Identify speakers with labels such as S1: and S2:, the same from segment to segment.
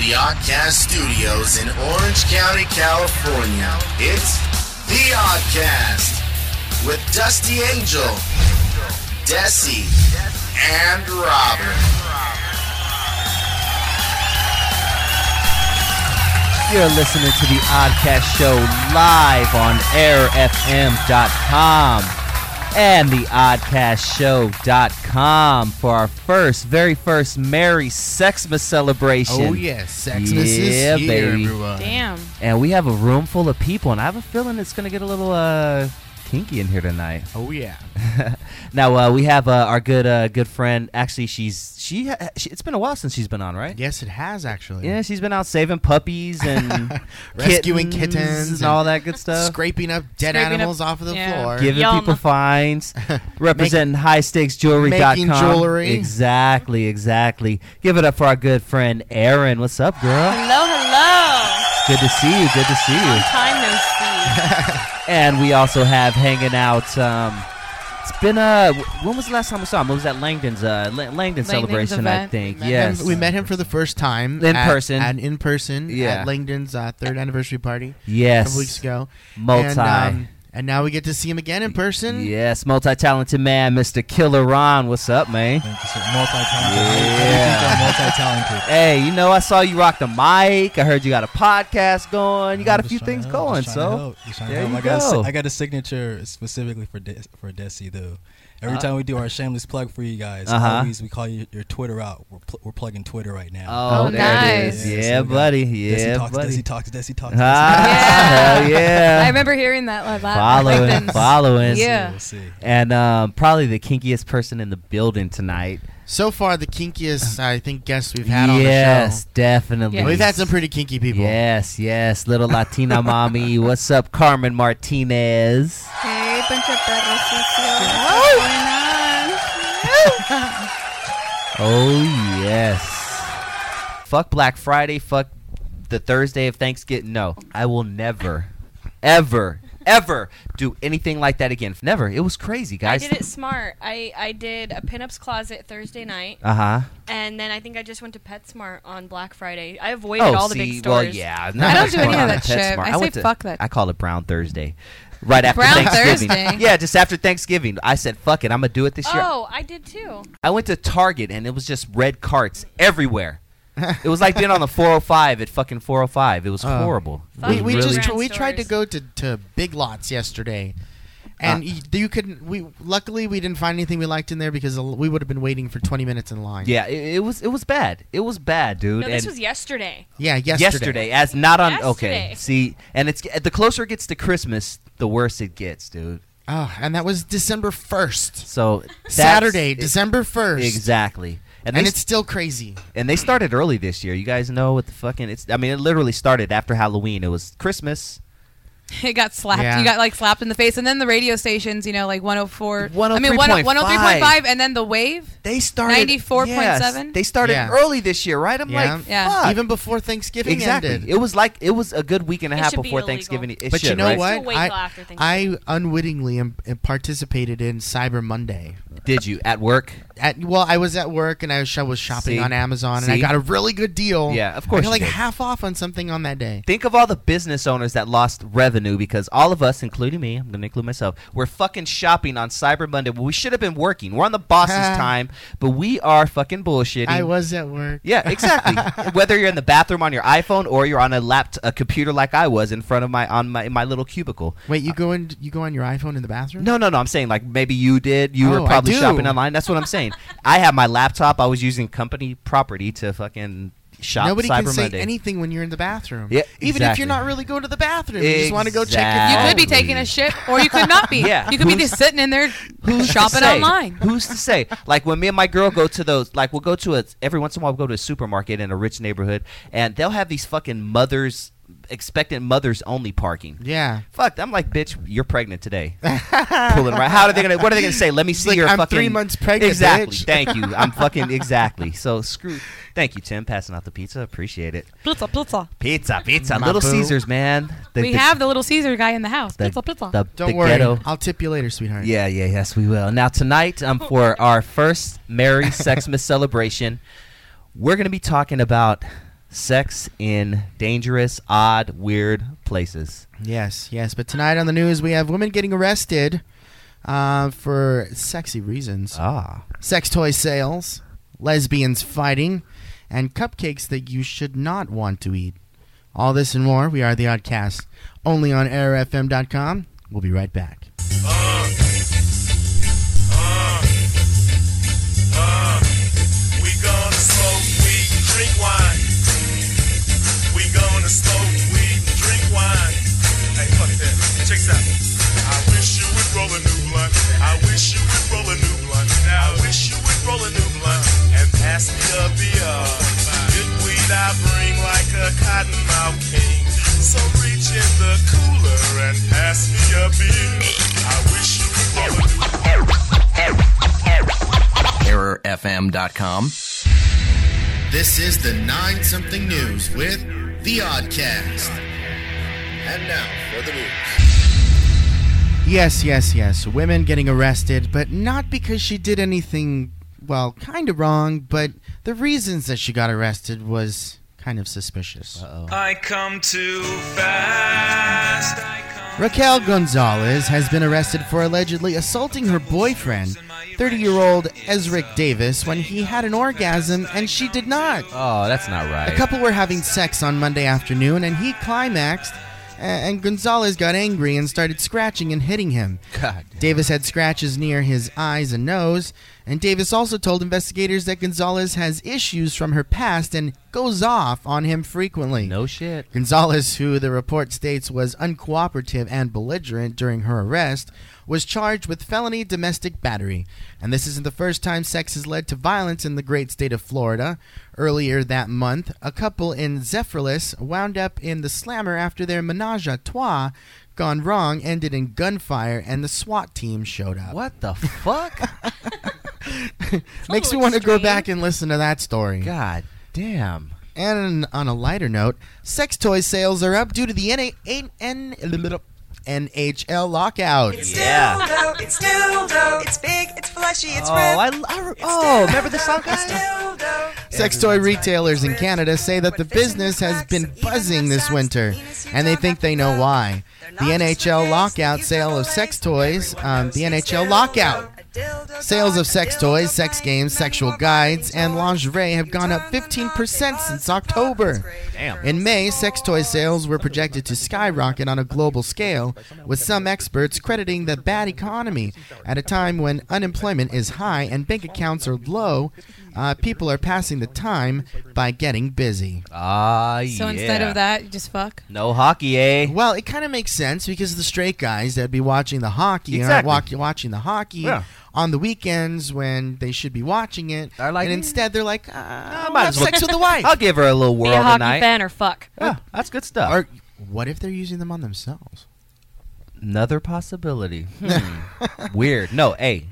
S1: the Oddcast Studios in Orange County, California. It's The Oddcast with Dusty Angel, Desi, and Robin.
S2: You're listening to the Oddcast Show live on airfm.com and the oddcastshow.com for our first, very first Merry Sexmas celebration.
S3: Oh yes, Sexmas
S2: Yeah,
S3: is here,
S2: baby.
S3: everyone.
S4: Damn.
S2: And we have a room full of people, and I have a feeling it's going to get a little uh, kinky in here tonight.
S3: Oh yeah.
S2: Now uh, we have uh, our good uh, good friend. Actually, she's she, ha- she. It's been a while since she's been on, right?
S3: Yes, it has actually.
S2: Yeah, she's been out saving puppies and
S3: Rescuing kittens
S2: and
S3: and
S2: all that good stuff.
S3: Scraping up dead
S4: Scraping up-
S3: animals off of the
S4: yeah.
S3: floor.
S2: giving
S4: Yum.
S2: people fines, representing highstakesjewelry.com.
S3: Making jewelry.
S2: Exactly, exactly. Give it up for our good friend Erin. What's up, girl?
S4: Hello, hello.
S2: Good to see you. Good to see you.
S4: Time no see.
S2: And we also have hanging out. Um, it's been uh, w- when was the last time we saw him? It was at Langdon's uh, La- Langdon celebration, I
S4: event.
S2: think.
S4: We met
S2: yes,
S3: And we met him for the first time
S2: In
S3: at-
S2: person.
S3: At in person
S2: Yeah.
S3: at Langdon's uh, third anniversary party a
S2: Yes,
S3: couple weeks ago.
S2: multi.
S3: And, um, and now we get to see him again in person.
S2: Yes, multi-talented man, Mr. Killer Ron. What's up, man?
S5: Thank you, sir. Multi-talented. I
S2: Yeah.
S5: think I'm multi-talented.
S2: Hey, you know, I saw you rock the mic. I heard you got a podcast going. You got
S5: I'm
S2: a
S5: just
S2: few
S5: trying to
S2: things
S5: help,
S2: going,
S5: just trying to
S2: so
S5: help, just trying to
S2: there
S5: help.
S2: you
S5: I got, A,
S2: go.
S5: si- I got a signature specifically for De- for Desi though. Every
S2: Uh,
S5: time we do our shameless plug for you guys,
S2: Uh-huh.
S5: always we call you, your Twitter out. We're, pl- we're plugging Twitter right now.
S2: oh,
S4: Oh,
S2: there it
S4: nice.
S2: is. Yeah,
S5: so we got
S2: buddy.
S5: Desi
S2: Yeah,
S5: talks,
S2: buddy.
S5: Desi talks. Desi talks. Desi
S2: Ah,
S5: talks.
S4: Yeah.
S2: hell yeah.
S4: I remember hearing that last
S2: following, following,
S4: Yeah.
S5: We'll see.
S2: and um, probably the kinkiest person in the building tonight.
S3: So far, the kinkiest I think guests we've had
S2: yes,
S3: on
S2: definitely.
S3: the show. We've had some pretty kinky people.
S2: Yes, yes, little Latina mommy. What's up, Carmen Martinez?
S4: Hey, bunch of perros
S2: Oh yes. Fuck Black Friday. Fuck the Thursday of Thanksgiving. No, I will never, ever, ever do anything like that again. Never. It was crazy,
S4: I
S2: guys.
S4: did it smart. I, I did a pinups closet Thursday night,
S2: Uh huh.
S4: and then I think I just went to PetSmart on Black Friday. I avoided
S2: Oh,
S4: all the
S2: see,
S4: big stores.
S2: well, yeah.
S6: I don't
S2: much
S6: do any
S2: going
S6: of
S2: on
S6: that
S2: at
S6: shit.
S2: PetSmart.
S6: I say
S2: went to-
S6: fuck that.
S2: I call it Brown Thursday. Right after
S6: Brown
S2: Thanksgiving.
S6: Thursday?
S2: Yeah, just after Thanksgiving. I said, fuck it, I'm going to do it this year.
S4: Oh, I did too.
S2: I went to Target and it was just red carts everywhere. it was like being on the 405 at fucking 405. It was
S3: Oh.
S2: horrible. It
S4: Fuck
S3: We,
S2: was
S3: we
S2: really-
S3: just
S4: Grand
S3: we tried to go to, to Big Lots yesterday, and
S2: Uh,
S3: y you, couldn't. We luckily we didn't find anything we liked in there because we would have been waiting for twenty minutes in line.
S2: Yeah, it, it was it was bad. It was bad, dude.
S4: No, this
S2: and
S4: was yesterday.
S3: yeah. Yesterday.
S2: yesterday. as not on okay.
S4: Yesterday.
S2: See, and it's the closer it gets to Christmas, the worse it gets, dude.
S3: Oh, and that was December first,
S2: So that's-
S3: Saturday,
S2: it-
S3: December first.
S2: Exactly. And,
S3: And
S2: they
S3: it's still crazy.
S2: and they started early this year. You guys know what the fucking it's. I mean, it literally started after Halloween. It was Christmas.
S6: It got slapped.
S3: Yeah.
S6: You got like slapped in the face, and then the radio stations, you know, like 104, I mean, oh,
S2: 103.5.
S6: 103.5, and then the wave.
S2: They started
S6: 94.7?
S2: yes, they started
S3: Yeah.
S2: early this year, right? I'm
S3: Yeah.
S2: like,
S6: Yeah.
S2: fuck.
S3: Even before Thanksgiving
S2: exactly.
S3: ended.
S2: It was like it was a good week and a
S4: It
S2: half
S4: should be
S2: before
S4: illegal.
S2: Thanksgiving. It
S3: but
S2: should,
S3: you know
S2: right?
S4: Still wait
S3: what?
S4: till
S3: I,
S4: after
S3: I
S4: Thanksgiving.
S3: unwittingly am, am participated in Cyber Monday.
S2: Did you at work?
S3: At, well, I was at work and I was, I was
S2: See?
S3: shopping on Amazon and
S2: See?
S3: I got a really good deal.
S2: Yeah, of
S3: I
S2: course.
S3: got
S2: you
S3: like
S2: did.
S3: half off on something on that day.
S2: Think of all the business owners that lost revenue because all of us, including me, I'm going to include myself, we're fucking shopping on Cyber Monday. Well, we should have been working. We're on the boss's
S3: Ah.
S2: time, but we are fucking bullshitting.
S3: I was at work.
S2: Yeah, exactly. Whether you're in the bathroom on your iPhone or you're on a laptop, a computer like I was in front of my on my in my little cubicle.
S3: Wait, you go in? You go on your iPhone in the bathroom?
S2: No, no, no. I'm saying like maybe you did. You
S3: Mm-hmm. Oh,
S2: were
S3: I
S2: probably
S3: do.
S2: shopping online. That's what I'm saying. I have my laptop. I was using company property to fucking shop
S3: Nobody
S2: Cyber
S3: can say
S2: Monday.
S3: anything when you're in the bathroom.
S2: Yeah,
S3: even if
S2: exactly.
S3: you're not really going to the bathroom, you just want to go
S6: You
S3: check. Your
S2: Exactly.
S6: could be taking a shit, or you could not be.
S2: Yeah.
S6: You could be
S2: Who's-
S6: just sitting in there
S2: Who's to
S6: shopping
S2: say?
S6: online.
S2: Who's to say? Like when me and my girl go to those, like we'll go to a every once in a while we'll go to a supermarket in a rich neighborhood, and they'll have these fucking mothers expectant mothers only parking.
S3: yeah.
S2: Fuck, I'm like, bitch, you're pregnant today. Pulling right. How are they gonna? What are they gonna say? Let me see
S3: like,
S2: your
S3: "I'm
S2: fucking.
S3: three months pregnant,
S2: Exactly.
S3: bitch.
S2: Thank you. I'm fucking exactly. So screw. Thank you, Tim, passing out the pizza. Appreciate it.
S6: Plitza, plitza.
S2: Pizza, pizza.
S3: My
S2: Little
S3: boo.
S2: Caesars, man. The,
S6: We have the little Caesar guy in the house.
S2: the,
S6: Plitza, plitza.
S2: the-
S3: Don't
S2: the
S3: worry,
S2: ghetto.
S3: I'll tip you later, sweetheart.
S2: Yeah, yeah, yes, we will. Now tonight, um, for our first Merry Sexmas celebration, we're going to be talking about sex in dangerous, odd, weird places.
S3: Yes, yes. But tonight on the news, we have women getting arrested uh, for sexy reasons
S2: Ah.
S3: sex toy sales, lesbians fighting, and cupcakes that you should not want to eat. All this and more. We are the Oddcast, only on airfm.com. We'll be right back.
S7: Uh.
S8: We gonna smoke weed and drink wine. We gonna smoke weed and drink wine. Hey, fuck that. Check this out. I wish you would roll a new blunt. I wish you would roll a new blunt. Now I wish you would roll a new blunt and pass me a beer. Good weed I bring like a cottonmouth king. So reach in the cooler and pass me a beer. I wish you would roll a new blunt.
S9: errorfm.com.
S1: This is the Nine Something News with The Oddcast. And now for the news.
S3: Yes, yes, yes. Women getting arrested, but not because she did anything, well, kind of wrong, but the reasons that she got arrested was kind of suspicious.
S8: I come too fast.
S3: Raquel Gonzalez has been arrested for allegedly assaulting her boyfriend, 30 year old Ezric Davis, when he had an orgasm and she did not.
S2: Oh, that's not
S3: The
S2: right.
S3: couple were having sex on Monday afternoon and he climaxed, a- and Gonzalez got angry and started scratching and hitting him.
S2: God.
S3: Davis had scratches near his eyes and nose, and Davis also told investigators that Gonzalez has issues from her past and goes off on him frequently.
S2: No shit.
S3: Gonzalez, who the report states was uncooperative and belligerent during her arrest, was charged with felony domestic battery. And this isn't the first time sex has led to violence in the great state of Florida. Earlier that month, a couple in Zephyrhills wound up in the slammer after their menage a trois gone wrong ended in gunfire and the SWAT team showed up.
S2: What the fuck?
S3: Makes me
S4: little
S3: want to go
S4: extreme.
S3: back and listen to that story.
S2: God damn.
S3: And on a lighter note, sex toy sales are up due to the NA- N- N- NHL lockout.
S2: Yeah.
S7: Dildo, it's dildo, it's big, it's fleshy, it's
S2: Oh, I, I oh, remember the song, guys?
S7: dildo.
S3: Sex toy retailers in Canada say that the business has been buzzing this winter, and they think they know why. The NHL lockout sale of sex toys, um, the NHL lockout. Sales of sex toys, sex games, sexual guides, and lingerie have gone up 15% since October. In May, sex toy sales were projected to skyrocket on a global scale, with some experts crediting the bad economy at a time when unemployment is high and bank accounts are low. Uh, people are passing the time by getting busy.
S2: Ah, yeah.
S6: So instead of that, you just fuck.
S2: No hockey, eh?
S3: Well, it kind of makes sense because the straight guys that'd be watching the hockey
S2: Exactly.
S3: aren't walk- watching the hockey
S2: Yeah.
S3: on the weekends when they should be watching it.
S2: They're like,
S3: and
S6: mm.
S2: "Eh,
S3: instead, they're like, uh, I
S2: might
S3: might
S2: as
S3: have
S2: well-
S3: sex with the wife.
S2: I'll give her a little
S4: Be
S2: whirl
S4: a hockey
S2: tonight.
S4: fan or fuck.
S6: Uh,
S2: Yeah, that's good stuff.
S3: Or what if they're using them on themselves?
S2: Another possibility. Hmm. Weird. No, hey,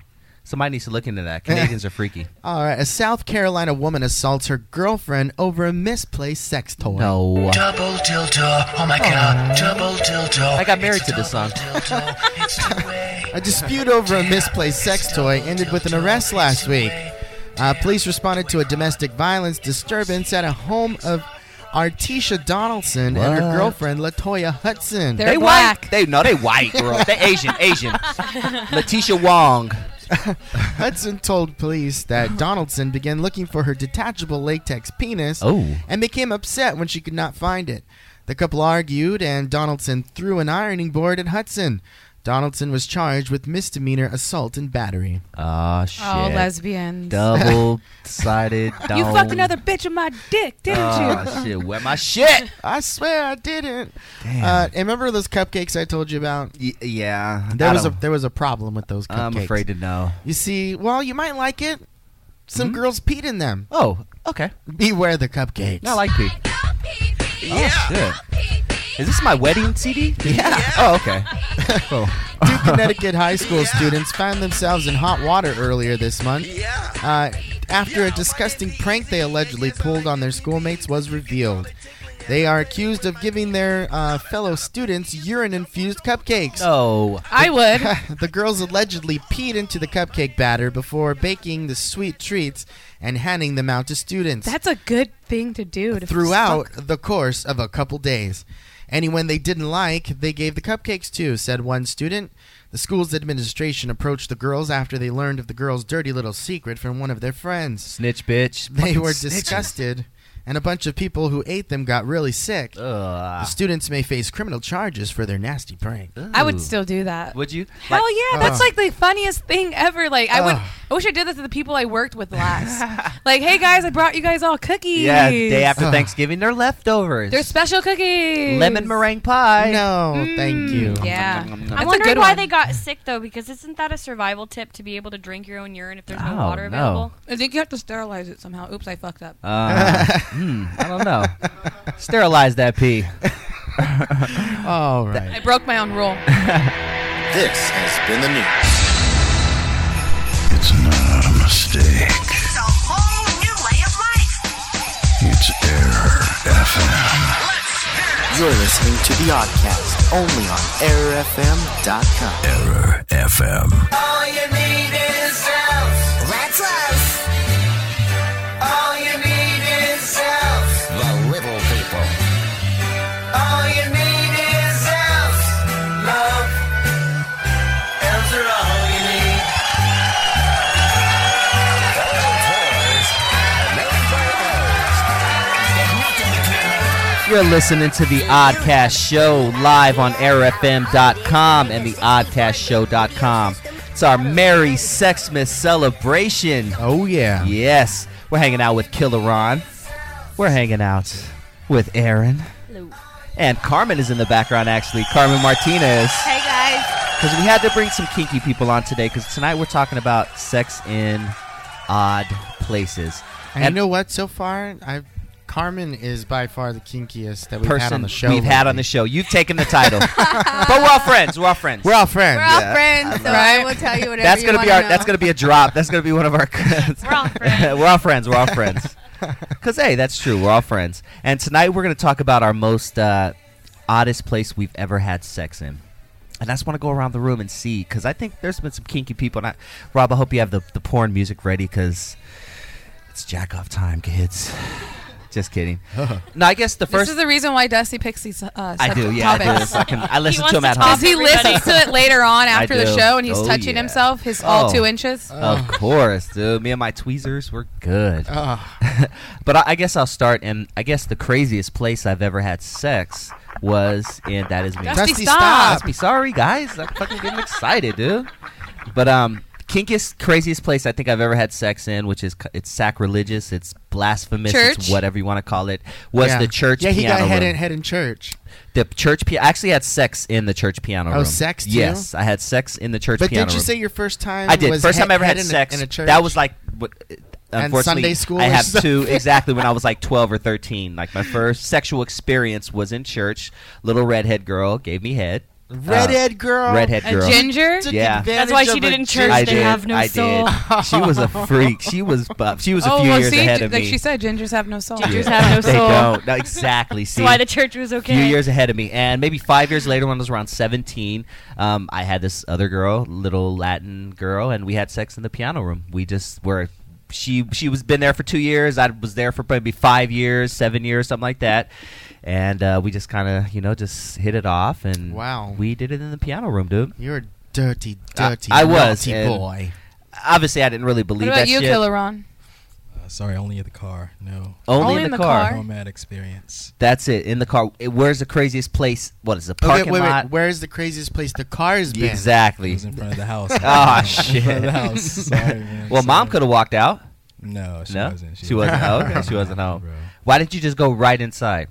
S2: somebody needs to look into that. Canadians are freaky.
S3: All right, a South Carolina woman assaults her girlfriend over a misplaced sex toy.
S2: No.
S10: Double dildo, oh my god, double dildo.
S2: I got married to this song.
S3: A dispute over a misplaced sex toy ended with an arrest last week. Uh, police responded to a domestic violence disturbance at a home of Artisha Donaldson and
S2: What?
S3: her girlfriend Latoya Hudson.
S6: They're
S2: they
S6: black.
S2: white. They no, they white, girl. they Asian, Asian. Letitia Wong.
S3: Hudson told police that Donaldson began looking for her detachable latex penis
S2: Oh.
S3: and became upset when she could not find it. The couple argued, and Donaldson threw an ironing board at Hudson. Donaldson was charged with misdemeanor assault and battery.
S2: Oh shit.
S6: Oh, lesbians.
S2: Double sided.
S6: You fucked another bitch with my dick, didn't you?
S2: Oh shit. Where my shit?
S3: I swear I didn't.
S2: Damn.
S3: Uh, and remember those cupcakes I told you about?
S2: Y- yeah.
S3: There
S2: I
S3: was a
S2: don't-
S3: there was a problem with those cupcakes.
S2: I'm afraid to know.
S3: You see, well, you might like it. Some girls peed in them.
S2: Hmm? Oh, okay.
S3: Beware the cupcakes.
S2: I like pee. Oh shit. Is this my wedding CD? Yeah. Oh okay. Oh. Cool.
S3: Two Connecticut high school students found themselves in hot water earlier this month uh, after a disgusting prank they allegedly pulled on their schoolmates was revealed. They are accused of giving their uh, fellow students urine infused cupcakes.
S2: No.
S6: I would.
S3: the girls allegedly peed into the cupcake batter before baking the sweet treats and handing them out to students
S6: That's a good thing to do. To
S3: throughout the course of a couple days. Anyone they didn't like, they gave the cupcakes to, said one student. The school's administration approached the girls after they learned of the girls' dirty little secret from one of their friends.
S2: Snitch bitch.
S3: They
S2: Fucking
S3: were
S2: snitches.
S3: disgusted, and a bunch of people who ate them got really sick. The
S2: Ugh.
S3: students may face criminal charges for their nasty prank. Uh,
S6: I would
S2: Ooh.
S6: still do that.
S2: Would you?
S6: Hell
S2: Like- uh.
S6: yeah, that's
S3: Ugh.
S6: like the funniest thing ever. Like I would,
S3: Ugh.
S6: I wish I did that to the people I worked with last. like, hey guys, I brought you guys all cookies.
S2: Yeah, day after
S3: Ugh.
S2: Thanksgiving, they're leftovers.
S6: They're special cookies.
S2: lemon meringue pie.
S3: No, thank
S5: Mm,
S3: you.
S6: Yeah, That's
S4: I'm
S6: a
S4: wondering
S6: good
S4: why
S6: one.
S4: they got sick though, because isn't that a survival tip to be able to drink your own urine if there's no
S2: Oh,
S4: water
S2: no.
S4: available?
S6: I think you have to sterilize it somehow. Oops, I fucked up.
S2: Uh, hmm, I don't know. Sterilize that pee.
S3: All right.
S6: I broke my own rule.
S1: This has been the news.
S10: It's not a mistake.
S7: It's a whole new way of life.
S10: It's Error FM.
S1: You're listening to The Oddcast, only on airfm.com.
S10: Error FM.
S7: All you need is love. That's love. All you need is love.
S10: The little people.
S7: All you need is love. Love. Elves are all you need.
S2: You're listening to the Oddcast Show live on airfm.com and the oddcastshow.com. It's our Merry Sexmas celebration.
S3: Oh, yeah.
S2: Yes, we're hanging out with Killer Ron. We're hanging out with Aaron. And Carmen is in the background, actually. Carmen Martinez.
S6: Hey guys,
S2: Because we had to bring some kinky people on today, because tonight we're talking about sex in odd places.
S3: And, you know what? So far, I've, Carmen is by far the kinkiest that we've
S2: person
S3: had on the show.
S2: we've had on
S3: lately.
S2: the show. You've taken the title. but we're all friends. We're all friends.
S3: We're all friends.
S11: We're all
S2: Yeah,
S11: friends, so
S6: Right.
S11: I will tell you whatever
S2: that's
S11: you
S2: gonna be
S11: wanna
S2: our.
S11: know.
S2: That's gonna be a drop. That's gonna be one of our.
S4: We're all friends.
S2: we're all friends. We're all friends. Cause hey, that's true. We're all friends. And tonight we're gonna talk about our most uh, oddest place we've ever had sex in. And I just want to go around the room and see, cause I think there's been some kinky people. And I, Rob, I hope you have the, the porn music ready, cause it's jack off time, kids. Just kidding. no, I guess the
S6: this
S2: first.
S6: is the reason why Dusty picks these uh,
S2: I do, yeah, I do.
S6: topics.
S2: So I, can, I listen
S4: wants
S2: to him
S4: to
S2: at
S4: talk
S2: home.
S6: Because he
S4: Everybody.
S6: listens to it later on after the
S2: do.
S6: show and he's
S2: Oh,
S6: touching
S2: yeah.
S6: himself, his all
S2: Oh.
S6: two inches.
S2: Of course, dude. Me and my tweezers were good.
S3: Oh,
S2: but I, I guess I'll start. And I guess the craziest place I've ever had sex was in that is me.
S6: Dusty,
S3: Dusty,
S6: stop.
S2: Must be sorry, guys. I'm fucking getting excited, dude. But um, kinkiest, craziest place I think I've ever had sex in, which is c- it's sacrilegious, it's blasphemous,
S6: Church?
S2: it's whatever you want to call it, was
S3: yeah.
S2: the church.
S3: Yeah, he
S2: piano
S3: got head
S2: room.
S3: in, head in church.
S2: The church. Pi- I actually had sex in the church piano
S3: Oh,
S2: room.
S3: sex, too?
S2: Yes, I had sex in the church
S3: But
S2: piano
S3: did you
S2: room.
S3: say your first time?
S2: I did.
S3: Was
S2: First
S3: head-
S2: time I ever had
S3: head in a-
S2: sex.
S3: in a church.
S2: That was like, what, uh,
S3: And
S2: unfortunately,
S3: Sunday school
S2: I
S3: or
S2: have
S3: something.
S2: two exactly when I was like twelve or thirteen. Like my first sexual experience was in church. Little redhead girl gave me head. Uh,
S3: redhead girl.
S2: Redhead
S6: A
S2: girl.
S6: ginger?
S3: Took
S2: Yeah.
S3: advantage
S4: That's why she
S3: of a
S4: didn't church.
S2: I
S4: they
S2: did.
S4: have no
S2: I
S4: soul. Oh,
S2: did. She was a freak. She was buff. She was a few
S6: Oh, well,
S2: years
S6: see,
S2: ahead
S6: gi-
S2: of
S6: like
S2: me.
S6: she said, gingers have no soul.
S4: Gingers have no
S2: they
S4: soul.
S2: don't. No, exactly. See,
S4: That's why the church was okay.
S2: few years ahead of me. And maybe five years later, when I was around 17, um, I had this other girl, little Latin girl, and we had sex in the piano room. We just were. She she was been there for two years. I was there for maybe five years, seven years, something like that. And uh, we just kind of you know just hit it off, and
S3: Wow.
S2: we did it in the piano room, dude.
S3: You're a dirty, dirty,
S2: I was,
S3: naughty
S2: and-
S3: boy.
S2: Obviously, I didn't really believe
S6: What about
S2: that
S6: you,
S2: shit.
S6: Killer Ron?
S5: Uh, sorry, only in the car. No.
S2: Only, in, the, car.
S5: No mad experience.
S2: That's it. In the car. It- where's the craziest place? What is the
S3: Okay,
S2: parking
S3: wait,
S2: lot?
S3: wait. Where is the craziest place the car's been?
S5: It
S2: exactly.
S5: was in front of the house.
S2: Ah,
S5: In front of
S2: shit.
S5: the house. Sorry, man.
S2: Well, mom
S5: Sorry.
S2: could have walked out.
S5: No, she
S2: No?
S5: wasn't.
S2: She wasn't. Oh, okay. She wasn't home.
S5: Bro.
S2: Why didn't you just go right inside?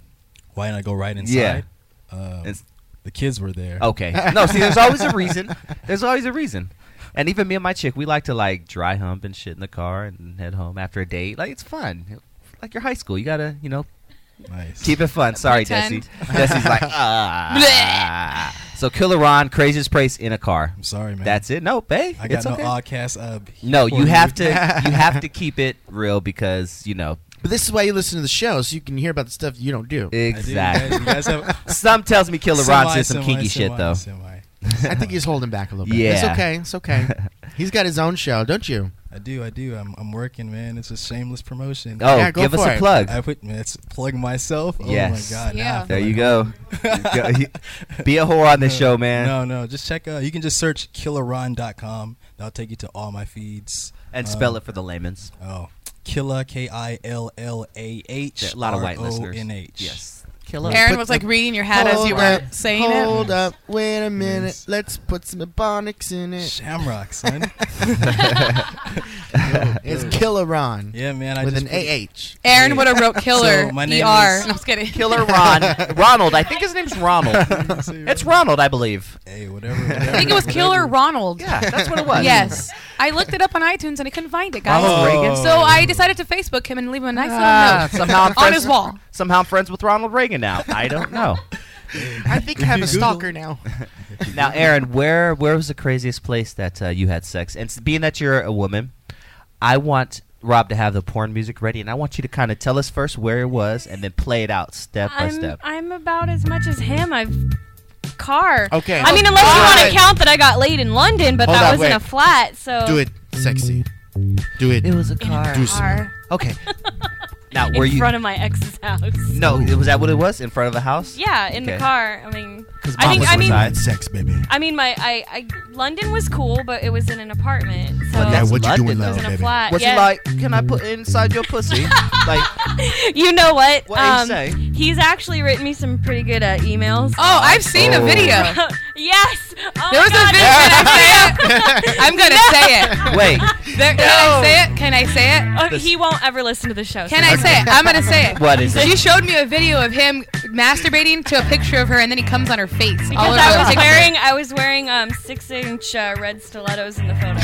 S5: Why didn't I go right inside?
S2: Yeah.
S5: Um,
S2: It's-
S5: the kids were there.
S2: Okay. No, see, there's always a reason. There's always a reason. And even me and my chick, we like to like dry hump and shit in the car and head home after a date. Like it's fun. Like your high school, you gotta you know
S5: Nice.
S2: keep it fun. Sorry,
S6: Pretend.
S2: Desi. Desi's like ah. so Killer Ron, craziest place in a car.
S5: I'm sorry, man.
S2: That's it. Nope, hey,
S5: I got
S2: it's
S5: no
S2: okay.
S5: oddcast. Uh,
S2: No,
S5: for
S2: you have to you have to keep it real because you know
S3: But this is why you listen to the show, so you can hear about the stuff you don't do.
S2: Exactly. Some tells me Killer Ron's did some kinky shit though.
S3: I think he's holding back a little bit.
S2: Yeah.
S3: It's okay. It's okay. He's got his own show, don't you?
S5: I do, I do. I'm, I'm working, man. It's a shameless promotion.
S2: Oh, Yeah, go give us for a it. plug.
S5: I put, man, it's plug myself.
S2: Yes.
S5: Oh my god. now I
S6: Yeah.
S5: feel
S2: There you
S5: like
S2: go. You go- Be a whore on this
S5: No,
S2: show, man.
S5: No, no. Just check out. You can just search killerron.com. That'll take you to all my feeds.
S2: And
S5: Um,
S2: spell it for the layman's.
S5: Oh, killer K I L L A H.
S2: There are a lot of white listeners.
S5: R-O-N-H.
S2: Yes.
S6: Aaron was like reading your hat as you
S3: Hold
S6: were
S3: up,
S6: saying
S3: Hold
S6: it.
S3: up. Wait a minute. Let's put some ebonics in it.
S5: Shamrock, son.
S3: It's Killer Ron
S5: yeah, man. I
S3: with
S5: just
S3: an
S5: put-
S3: AH.
S6: Aaron would have wrote killer
S5: So, my
S6: ER.
S5: name is-
S6: I'm just kidding.
S2: Killer Ron. Ronald. I think his name's Ronald. it's Ronald, I believe.
S5: Hey, whatever. whatever
S6: I think it was Killer Ronald.
S2: Yeah, that's what it was.
S6: Yes. I looked it up on iTunes and I couldn't find it, guys.
S2: Ronald Reagan.
S6: So I decided to Facebook him and leave him a nice
S2: Ah,
S6: little note
S2: somehow I'm
S6: on
S2: friends-
S6: his wall.
S2: Somehow I'm friends with Ronald Reagan now. I don't know.
S3: I think I have a stalker now.
S2: now, Aaron, where where was the craziest place that uh, you had sex? And s- being that you're a woman, I want Rob to have the porn music ready, and I want you to kind of tell us first where it was, and then play it out step by
S4: I'm,
S2: step.
S4: I'm about as much as him. I've car.
S3: Okay.
S4: I mean, unless you want
S3: Alright.
S4: to count that I got laid in London, but
S2: Oh,
S3: Hold
S4: that
S3: on,
S4: was
S3: wait.
S4: in a flat. So
S3: Do it sexy. Do it.
S2: It was a car.
S3: Do some.
S4: Car
S2: Okay. Now,
S4: in
S2: were you?
S4: front of my ex's house.
S2: no, it- was that what it was? In front of the house?
S4: Yeah, in
S2: Okay.
S4: the car. I mean,
S2: 'Cause
S4: I
S2: mom
S4: think
S2: was
S4: I mean
S2: outside.
S3: sex, baby.
S4: I mean my I, I London was cool, but it was in an apartment. So
S2: But that's
S4: it
S3: what you
S2: London,
S3: doing,
S2: though.
S3: love?
S4: was in a
S3: baby.
S4: flat.
S2: Was
S4: yeah.
S2: he like, can I put inside your pussy? like,
S4: you know what?
S2: What did he say?
S4: um, He's actually written me some pretty good uh, emails.
S6: Oh, I've seen
S2: Oh.
S6: a video.
S4: yes. Oh
S6: There
S4: my
S6: was a
S4: God,
S6: video.
S4: it's-
S6: Can I say it? I'm gonna say it.
S2: wait,
S6: There, Can I say it? Can I say it?
S4: Oh,
S2: This-
S4: he won't ever listen to the show.
S6: Can
S4: so-
S6: I say it? I'm gonna say it.
S2: what is
S6: She
S2: it?
S6: showed me a video of him masturbating to a picture of her, and then he comes on her face. all
S4: Because
S6: over
S4: I
S6: the
S4: was
S6: picture.
S4: wearing I was wearing um six inch uh, red stilettos in the photo.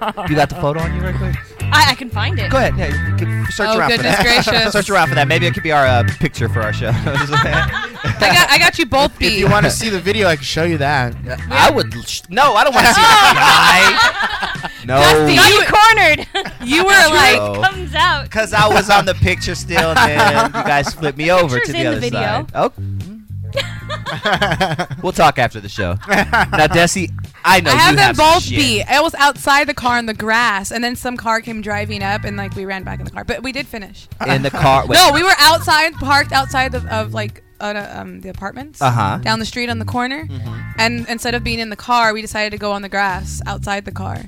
S2: What? you got the photo on you right quick?
S4: I, I can find it.
S2: Go ahead. Hey, you can search
S6: Oh,
S2: around for that.
S6: goodness gracious.
S2: search around for that. Maybe it could be our uh, picture for our show.
S6: I got, I got you both
S3: If
S6: beat.
S3: you want to see the video, I can show you that.
S2: I would. Sh- no, Oh, I don't want to see Oh. that guy.
S6: Dusty,
S2: No.
S6: you-
S4: Cornered.
S6: you were like,
S2: Oh.
S4: comes out.
S2: Because I was on the picture still, and then you guys flipped me over to
S4: picture's
S2: the
S4: in the
S2: other
S4: video.
S2: side. Oh. we'll talk after the show. Now, Desi, I know
S6: I
S2: you
S6: have them
S2: have some
S6: both
S2: shit.
S6: beat. I was outside the car in the grass, and then some car came driving up, and like we ran back in the car, but we did finish.
S2: in the car. Wait,
S6: No, we were outside, parked outside of, of like uh, um, the apartments
S2: Uh-huh. Mm-hmm.
S6: down the street on the corner, and instead of being in the car, we decided to go on the grass outside the car,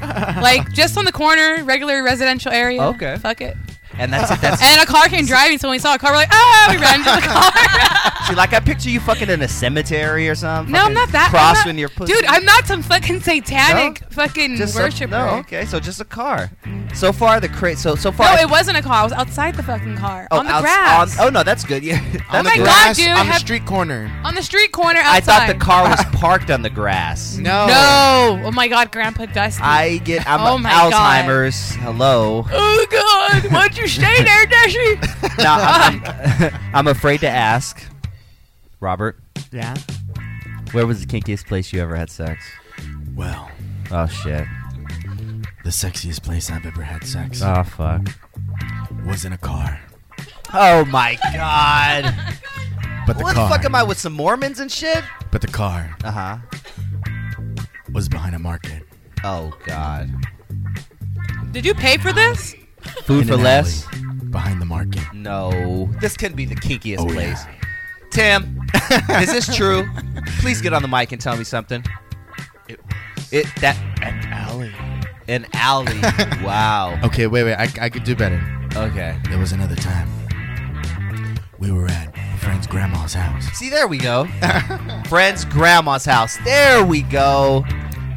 S6: like just on the corner, regular residential area.
S2: Okay.
S6: fuck it.
S2: and that's it. That's
S6: And then a car came driving, so when we saw a car, we're like, ah, we ran to the car.
S2: See, like I picture you fucking in a cemetery or something.
S6: no, I'm not that. I'm
S2: Crossing
S6: not-
S2: your pussy.
S6: dude. I'm not some fucking satanic fucking
S2: just some-
S6: worshiper.
S2: no, okay, so just a car. So far, the cra- so so far.
S6: No, it wasn't a car. I was outside the fucking car on the
S2: Oh, outs-
S6: grass.
S2: on- oh no, that's good. Yeah,
S3: on
S2: that's
S3: the
S6: my
S2: good.
S6: God,
S3: grass,
S6: dude,
S3: on the
S6: have-
S3: street corner.
S6: on the street corner
S2: I
S6: outside.
S2: thought the car was parked on the grass.
S3: No.
S6: No. Oh my God, Grandpa Dusty.
S2: I get. I'm
S6: Oh, my God.
S2: Alzheimer's. Hello.
S6: oh God, why'd you stay there, Dusty?
S2: Now I'm, I'm, I'm afraid to ask. Robert,
S3: Yeah.
S2: where was the kinkiest place you ever had sex?
S5: Well,
S2: Oh shit.
S5: the sexiest place I've ever had sex
S2: Oh fuck.
S5: was in a car.
S2: Oh my god.
S5: But the
S2: what the
S5: car,
S2: fuck am I with some Mormons and shit?
S5: but the car
S2: Uh huh.
S5: was behind a market.
S2: Oh god.
S6: Did you pay for this?
S2: Food
S5: in
S2: for
S5: an
S2: less?
S5: alley Behind the market.
S2: No. This couldn't be the kinkiest
S5: Oh,
S2: place. Tim, is this true? Please get on the mic and tell me something. It it that
S5: Alley.
S2: an alley. wow.
S3: Okay, wait, wait. I, I could do better.
S2: Okay.
S5: There was another time. We were at a friend's grandma's house.
S2: See, there we go. Friend's grandma's house. There we go.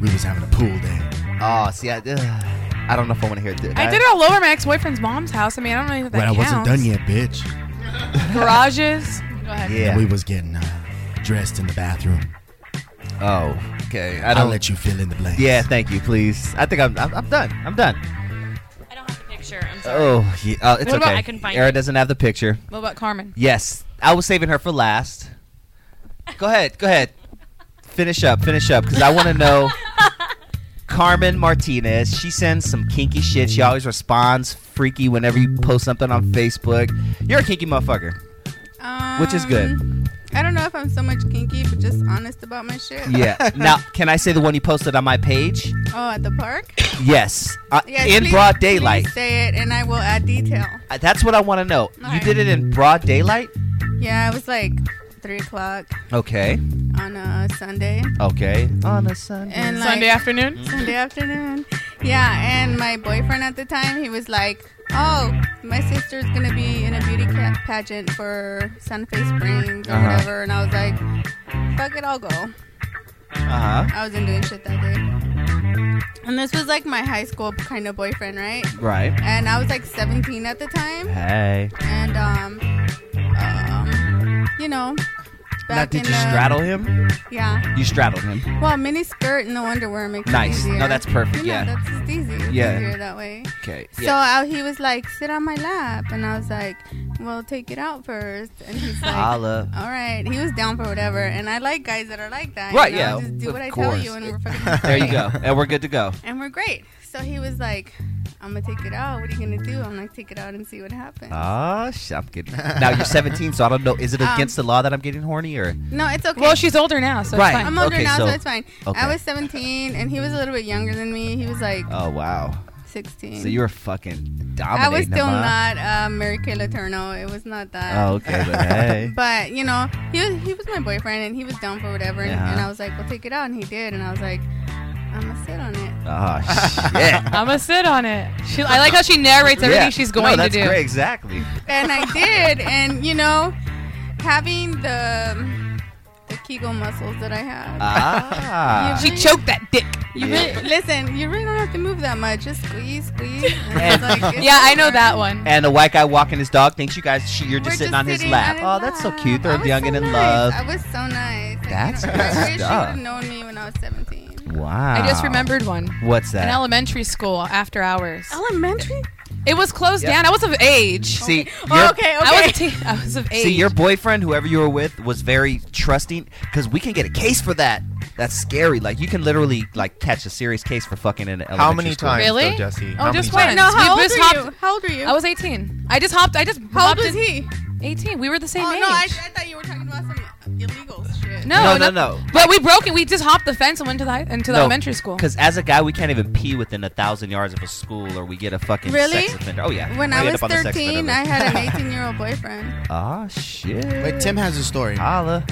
S5: We was having a pool day.
S2: Oh, see, I, ugh. I don't know if I want to hear this.
S6: I did it all over my ex-boyfriend's mom's house. I mean, I don't know if that
S5: But I wasn't
S6: counts.
S5: done yet, bitch.
S6: Garages. Go ahead.
S2: Yeah.
S5: And we was getting uh, dressed in the bathroom.
S2: oh, okay. I
S5: I'll
S2: don't.
S5: let you fill in the blanks.
S2: yeah, thank you, please. I think I'm. I'm, I'm done. I'm done.
S4: I don't have the picture. I'm sorry.
S2: Oh, yeah, uh, it's
S4: What
S2: okay.
S4: about- I couldn't find
S2: Era
S4: it.
S2: doesn't have the picture.
S6: What about Carmen?
S2: Yes, I was saving her for last. Go ahead. Go ahead. Finish up. Finish up, because I want to know. Carmen Martinez. She sends some kinky shit. She always responds freaky whenever you post something on Facebook. You're a kinky motherfucker,
S11: Um,
S2: which is good.
S11: I don't know if I'm so much kinky, but just honest about my shit.
S2: Yeah. now, can I say the one you posted on my page?
S11: Oh, at the park?
S2: Yes. Uh,
S11: Yes,
S2: in
S11: please-
S2: broad
S11: please
S2: daylight.
S11: say it, and I will add detail.
S2: Uh, That's what I want to know. You did it in broad daylight?
S11: Yeah, it was like three o'clock
S2: Okay.
S11: on a Sunday.
S2: Okay. On a
S11: Sunday.
S6: Sunday afternoon?
S11: Sunday afternoon. Yeah, and my boyfriend at the time, he was like, "Oh, my sister's gonna be in a beauty ca- pageant for Sunface Springs or
S2: Uh-huh.
S11: whatever," and I was like, "Fuck it, I'll go."
S2: Uh huh.
S11: I wasn't doing shit that day. And this was like my high school kind of boyfriend, right?
S2: Right.
S11: And I was like 17 at the time.
S2: Hey.
S11: And, um, um you know,
S2: Now,
S11: back
S2: did
S11: in
S2: you
S11: the-
S2: straddle him?
S11: Yeah.
S2: You straddled him.
S11: Well, mini skirt and no underwear makes
S2: Nice.
S11: it easier.
S2: No, that's perfect,
S11: You know,
S2: yeah.
S11: that's just easy. It's
S2: Yeah.
S11: easier that way.
S2: Okay.
S11: So
S2: yeah.
S11: I, he was like, sit on my lap. And I was like, well, take it out first. And he's like,
S2: Holla.
S11: all right. He was down for whatever. And I like guys that are like that. you
S2: Right,
S11: know,
S2: yeah.
S11: Just do
S2: of
S11: what I
S2: course.
S11: tell you and we're fucking
S2: There you
S11: great.
S2: go. And we're good to go.
S11: And we're great. So he was like, I'm going to take it out. What are you going to do? I'm like, take it out and see what happens.
S2: Ah, shit, I'm kidding. Now you're 17, so I don't know. Is it
S11: Um,
S2: against the law that I'm getting horny or?
S11: No, it's okay.
S6: Well, she's older now, so
S2: Right.
S6: it's fine.
S11: I'm older
S2: Okay,
S11: now, so,
S2: so-
S11: it's fine.
S2: okay.
S11: I was 17, and he was a little bit younger than me. He was like
S2: Oh wow.
S11: 16.
S2: So you were fucking dominating.
S11: I was still
S2: him, huh?
S11: not uh, Mary Kay Letourneau. It was not that.
S2: Oh, okay, but hey.
S11: But you know, he was he was my boyfriend, and he was down for whatever. And,
S2: Uh-huh.
S11: and I was like, "Well, take it out," and he did. And I was like, "I'm gonna sit on it."
S2: Oh shit.
S6: I'm gonna sit on it. She, I like how she narrates everything
S2: Yeah.
S6: she's
S2: no,
S6: going
S2: that's
S6: to do.
S2: Great, exactly.
S11: and I did, and you know, having the the Kegel muscles that I have.
S2: Ah.
S11: You
S6: She choked that dick.
S11: You
S2: Yeah.
S11: really, listen, you really don't have to move that much. Just squeeze, squeeze.
S2: And-
S11: And it's like, it's
S6: Yeah, I know
S11: over.
S6: that one.
S2: And the white guy walking his dog thinks you guys, she, you're just
S11: We're
S2: sitting
S11: just
S2: on his
S11: sitting
S2: lap.
S11: on
S2: Oh,
S11: his
S2: that's so
S11: lap.
S2: cute.
S11: I
S2: They're
S11: was
S2: young
S11: so
S2: and in
S11: nice.
S2: love.
S11: I was so nice. Like,
S2: That's
S11: you know, I
S2: good
S11: wish
S2: stuff. Oh,
S11: you would have known me when I was 17.
S2: Wow.
S6: I just remembered one.
S2: What's that?
S6: In elementary school, after hours.
S11: Elementary?
S6: It was closed
S2: Yeah.
S6: down. I was of age.
S2: See,
S6: Oh,
S2: your-
S6: okay, okay. I was, a teen- I was of age.
S2: See, your boyfriend, whoever you were with, was very trusting because we can get a case for that. That's scary. Like you can literally like catch a serious case for fucking in an elementary
S12: How many
S2: school.
S12: times,
S6: Really?
S12: though, Jesse?
S6: Oh,
S12: How
S6: just
S12: many
S6: once.
S12: times?
S11: No, how
S6: we
S11: old
S6: just
S11: were
S6: hopped.
S11: you? How old were you?
S6: I was 18. I just hopped. I just
S11: How old
S6: hopped
S11: was
S6: in-
S11: he?
S6: 18. We were the same
S11: Oh,
S6: age.
S11: no, I, I thought you were talking about some illegal shit.
S2: No,
S6: no, no,
S2: no, no.
S6: But we broke it. We just hopped the fence and went to the, high- into the
S2: No,
S6: elementary school.
S2: Because as a guy, we can't even pee within a thousand yards of a school, or we get a fucking
S11: Really?
S2: sex offender. Oh yeah.
S11: When
S2: we
S11: I
S2: end
S11: was
S2: up on the sex
S11: 13,
S2: offender
S11: I
S2: list.
S11: had an 18 year old boyfriend.
S2: Ah shit.
S3: Wait, Tim has a story.
S2: Holla.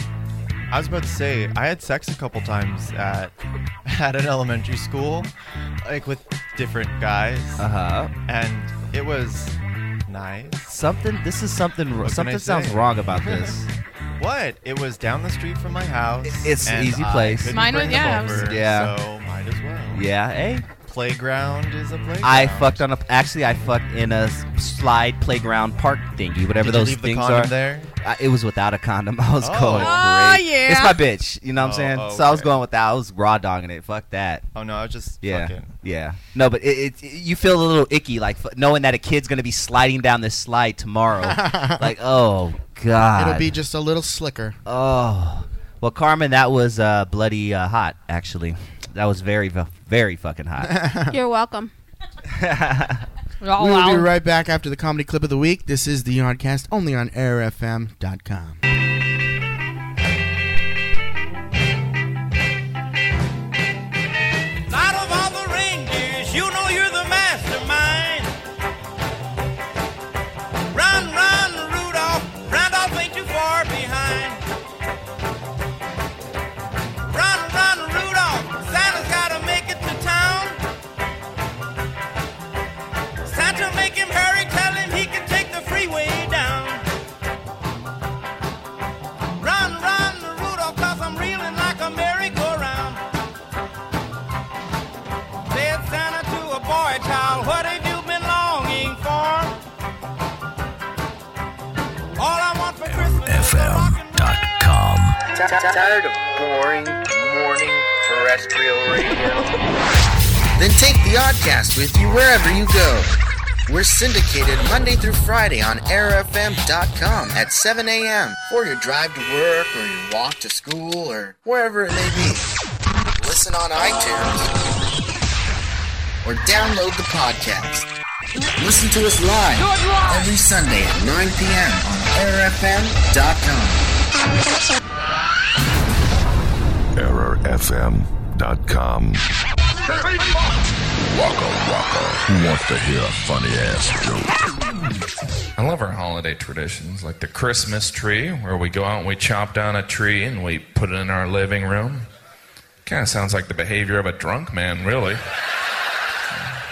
S12: I was about to say I had sex a couple times at at an elementary school, like with different guys.
S2: Uh huh.
S12: And it was nice.
S2: Something. This is something.
S12: What can I
S2: something sounds
S12: say?
S2: wrong about this.
S12: What? It was down the street from my house.
S2: It's an
S12: and
S2: easy
S12: I
S2: place.
S12: couldn't
S6: Mine was-
S12: bring them
S6: yeah, I was-
S12: over,
S2: Yeah.
S12: So might as well.
S2: yeah. Hey.
S12: Playground is a playground.
S2: I fucked on a. Actually, I fucked in a s- slide playground park thingy, whatever
S12: Did you
S2: those
S12: leave the
S2: things
S12: condom
S2: are.
S12: there?
S2: I, it was without a condom. I was
S12: Oh.
S2: going.
S11: Oh,
S2: great.
S11: yeah.
S2: It's my bitch. You know what I'm
S12: Oh,
S2: saying?
S12: oh,
S2: So I was
S12: okay.
S2: going with that. I was raw dogging it. Fuck that.
S12: Oh no, I was just
S2: Yeah.
S12: fucking.
S2: Yeah. No, but it, it, you feel a little icky, like f- knowing that a kid's gonna be sliding down this slide tomorrow. like, oh god.
S3: It'll be just a little slicker.
S2: Oh. Well, Carmen, that was uh, bloody uh, hot. Actually, that was very, v- very fucking hot.
S11: You're welcome.
S6: Oh, Wow.
S3: We will be right back after the comedy clip of the week. This is the Yardcast only on airfm.com.
S8: Out of all the reindeers, you know you're the mastermind. Run, run, Rudolph. Randolph ain't too far behind. Run, run, Rudolph. Santa's gotta make it to town. Santa, make him hurry. Tell him he can take the freeway down. Run, run, Rudolph, cause I'm reeling like a merry-go-round. Said Santa to a boy child, what have you been longing for? All I want for Christmas is a rock and roll.
S10: Tired of boring morning terrestrial radio?
S1: Then take the Oddcast with you wherever you go. We're syndicated Monday through Friday on airfm.com at 7 a.m. for your drive to work or your walk to school or wherever it may be. Listen on iTunes, or download the podcast. Listen to us live every Sunday at 9 p.m. on airfm.com.
S13: ErrorFM.com. Waka Waka want to hear a funny ass joke.
S14: I love our holiday traditions, like the Christmas tree, where we go out and we chop down a tree and we put it in our living room. Kind of sounds like the behavior of a drunk man, really.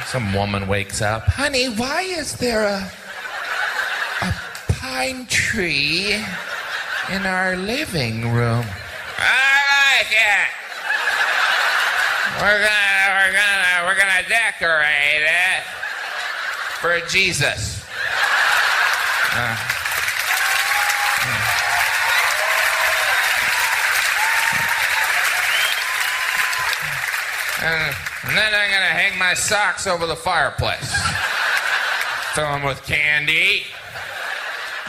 S14: Some woman wakes up.
S15: Honey, why is there a a pine tree in our living room? I like it. We're gonna we're gonna we're gonna decorate it for Jesus. Uh, And then I'm gonna hang my socks over the fireplace. Fill them with candy.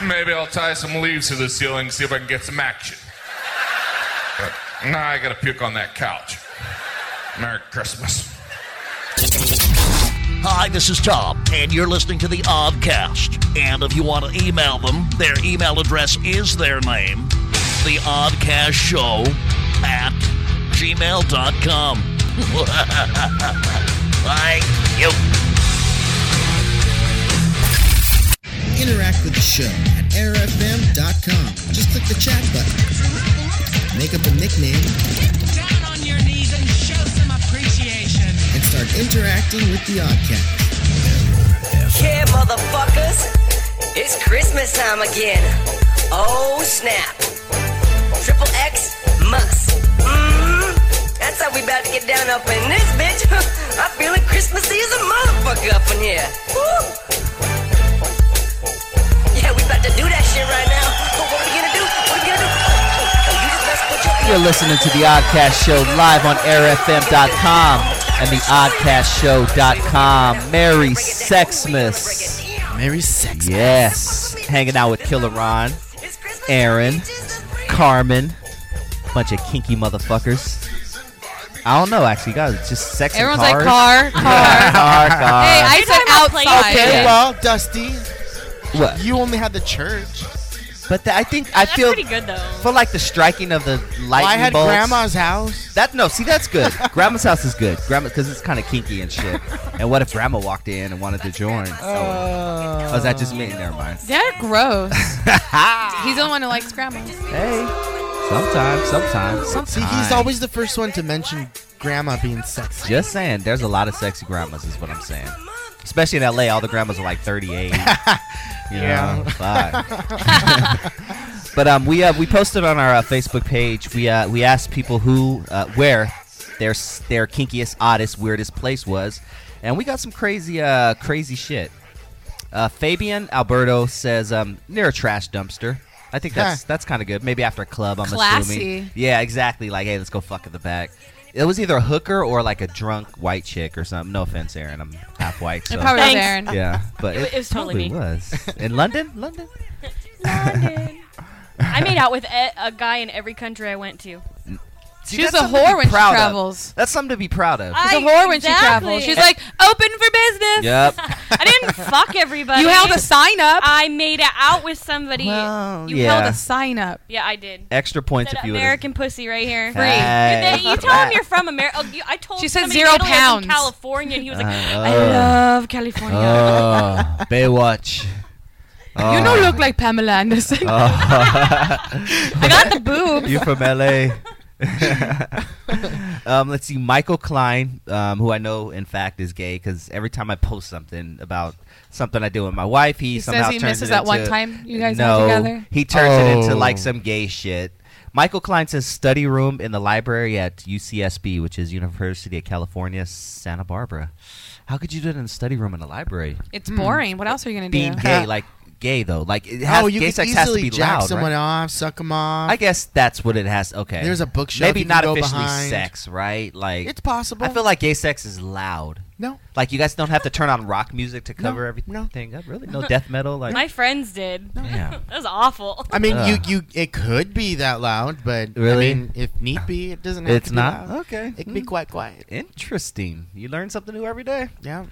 S14: Maybe I'll tie some leaves to the ceiling, see if I can get some action. But now I gotta puke on that couch. Merry Christmas.
S16: Hi, this is Tom, and you're listening to the Oddcast. And if you want to email them, their email address is their name, the Oddcast Show at gmail.com. Thank you.
S1: Interact with the show at airfm.com. Just click the chat button. Make up a nickname
S17: Down on your knees and show some appreciation.
S1: and start interacting with the Oddcast.
S18: Yeah, motherfuckers. It's Christmas time again. Oh, snap. Triple X must. hmm That's how we about to get down up in this bitch. I'm feeling Christmassy as a motherfucker up in here. Woo! Yeah, we about to do that shit right now. But what we gonna do? What we gonna do? Oh, you just must put your
S2: You're listening to The Oddcast Show live on airfm.com and the oddcastshow.com. Merry Sexmas.
S3: Merry Sexmas.
S2: Yes. Hanging out with Killer Ron, Aaron, Carmen, bunch of kinky motherfuckers. I don't know, actually, guys. It's just sex and
S6: Everyone's like, car,
S2: cars. Yeah,
S6: car.
S2: car, car.
S6: Hey, I said outside.
S3: Okay,
S2: Yeah.
S3: well, Dusty,
S2: What?
S3: you only had the church.
S2: But the, I think I
S3: That's
S2: feel
S3: pretty good, though.
S2: For like the striking of the lightning
S3: I had
S2: bolts.
S3: grandma's house.
S2: That no, see that's good. grandma's house is good. Grandma because it's kind of kinky and shit. and what if grandma walked in and wanted to join? Oh, oh, is that just me? Never mind.
S6: They're gross. He's the one who likes grandma.
S2: Hey. Sometimes, sometimes,
S3: See,
S2: sometimes.
S3: he's always the first one to mention grandma being sexy.
S2: Just saying, there's a lot of sexy grandmas, is what I'm saying. Especially in LA, all the grandmas are like 38.
S3: Yeah.
S2: yeah. Fuck. but um, we uh, we posted on our uh, Facebook page. We uh, we asked people who uh, where their s- their kinkiest, oddest, weirdest place was, and we got some crazy uh crazy shit. Uh, Fabian Alberto says um, near a trash dumpster. I think that's
S6: Huh.
S2: that's kind of good. Maybe after a club, I'm
S6: Classy.
S2: assuming. Yeah, exactly. Like, hey, let's go fuck in the back. It was either a hooker or like a drunk white chick or something. No offense, Aaron. I'm half white. So.
S6: probably was Thanks. Aaron.
S2: Yeah, but
S4: It
S2: it,
S4: wa- it was totally
S2: probably
S4: me.
S2: was in London. London.
S4: I made out with a, a guy in every country I went to.
S2: See,
S6: She's
S2: that's
S6: a
S2: something to
S6: whore
S2: be
S6: when she
S2: proud of.
S6: travels.
S2: That's something to be proud of.
S6: She's a
S4: I-
S6: whore when she
S4: exactly.
S6: travels. She's like open for business.
S2: Yep.
S4: I didn't fuck everybody.
S6: You held a sign up.
S4: I made out with somebody.
S6: you
S2: yeah.
S6: held a sign up.
S4: yeah, I did.
S2: Extra points
S4: Said
S2: if you would.
S4: American pussy right here.
S2: Free. Hey.
S4: You, they- you tell him you're from America. Oh, you- I told
S6: She said
S4: somebody
S6: zero
S4: that I was
S6: pounds.
S4: from California, and he was like,
S2: I
S4: love California.
S2: Uh, Oh, Baywatch. Oh.
S6: You don't look like Pamela Anderson.
S2: I
S6: got the boobs.
S2: You from LA? um, let's see, Michael Klein, um, who I know in fact is gay, because every time I post something about something I do with my wife, he,
S6: He says
S2: somehow
S6: he
S2: turns
S6: misses
S2: it
S6: that one
S2: into-
S6: time you guys
S2: no,
S6: went together?
S2: he turns it into
S3: Oh.
S2: like some gay shit. Michael Klein says study room in the library at UCSB, which is University of California, Santa Barbara. How could you do it in a study room in a library? Hmm.
S6: It's boring. What else are you gonna
S2: Being
S6: do?
S2: gay, like gay though. Like it has,
S3: oh, you
S2: gay
S3: can
S2: sex
S3: easily
S2: has to be
S3: jack
S2: loud,
S3: someone
S2: right?
S3: off, suck them off.
S2: I guess that's what it has. Okay,
S3: There's a bookshelf
S2: Maybe
S3: you can
S2: not
S3: go
S2: officially
S3: behind.
S2: sex, right? Like
S3: It's possible.
S2: I feel like gay sex is loud.
S3: No.
S2: like you guys don't have to turn on rock music to
S3: No,
S2: cover everything
S3: no.
S2: up. Really, no death metal. Like
S4: my friends did.
S2: Yeah.
S4: that was awful.
S3: I mean,
S2: Ugh.
S3: you you it could be that loud, but
S2: uh, Really?
S3: I mean, if need be, it doesn't. Have
S2: It's
S3: to be
S2: not?
S3: loud.
S2: Okay.
S3: It can be
S2: Hmm.
S3: quite quiet.
S2: Interesting. You learn something new every day.
S3: Yeah.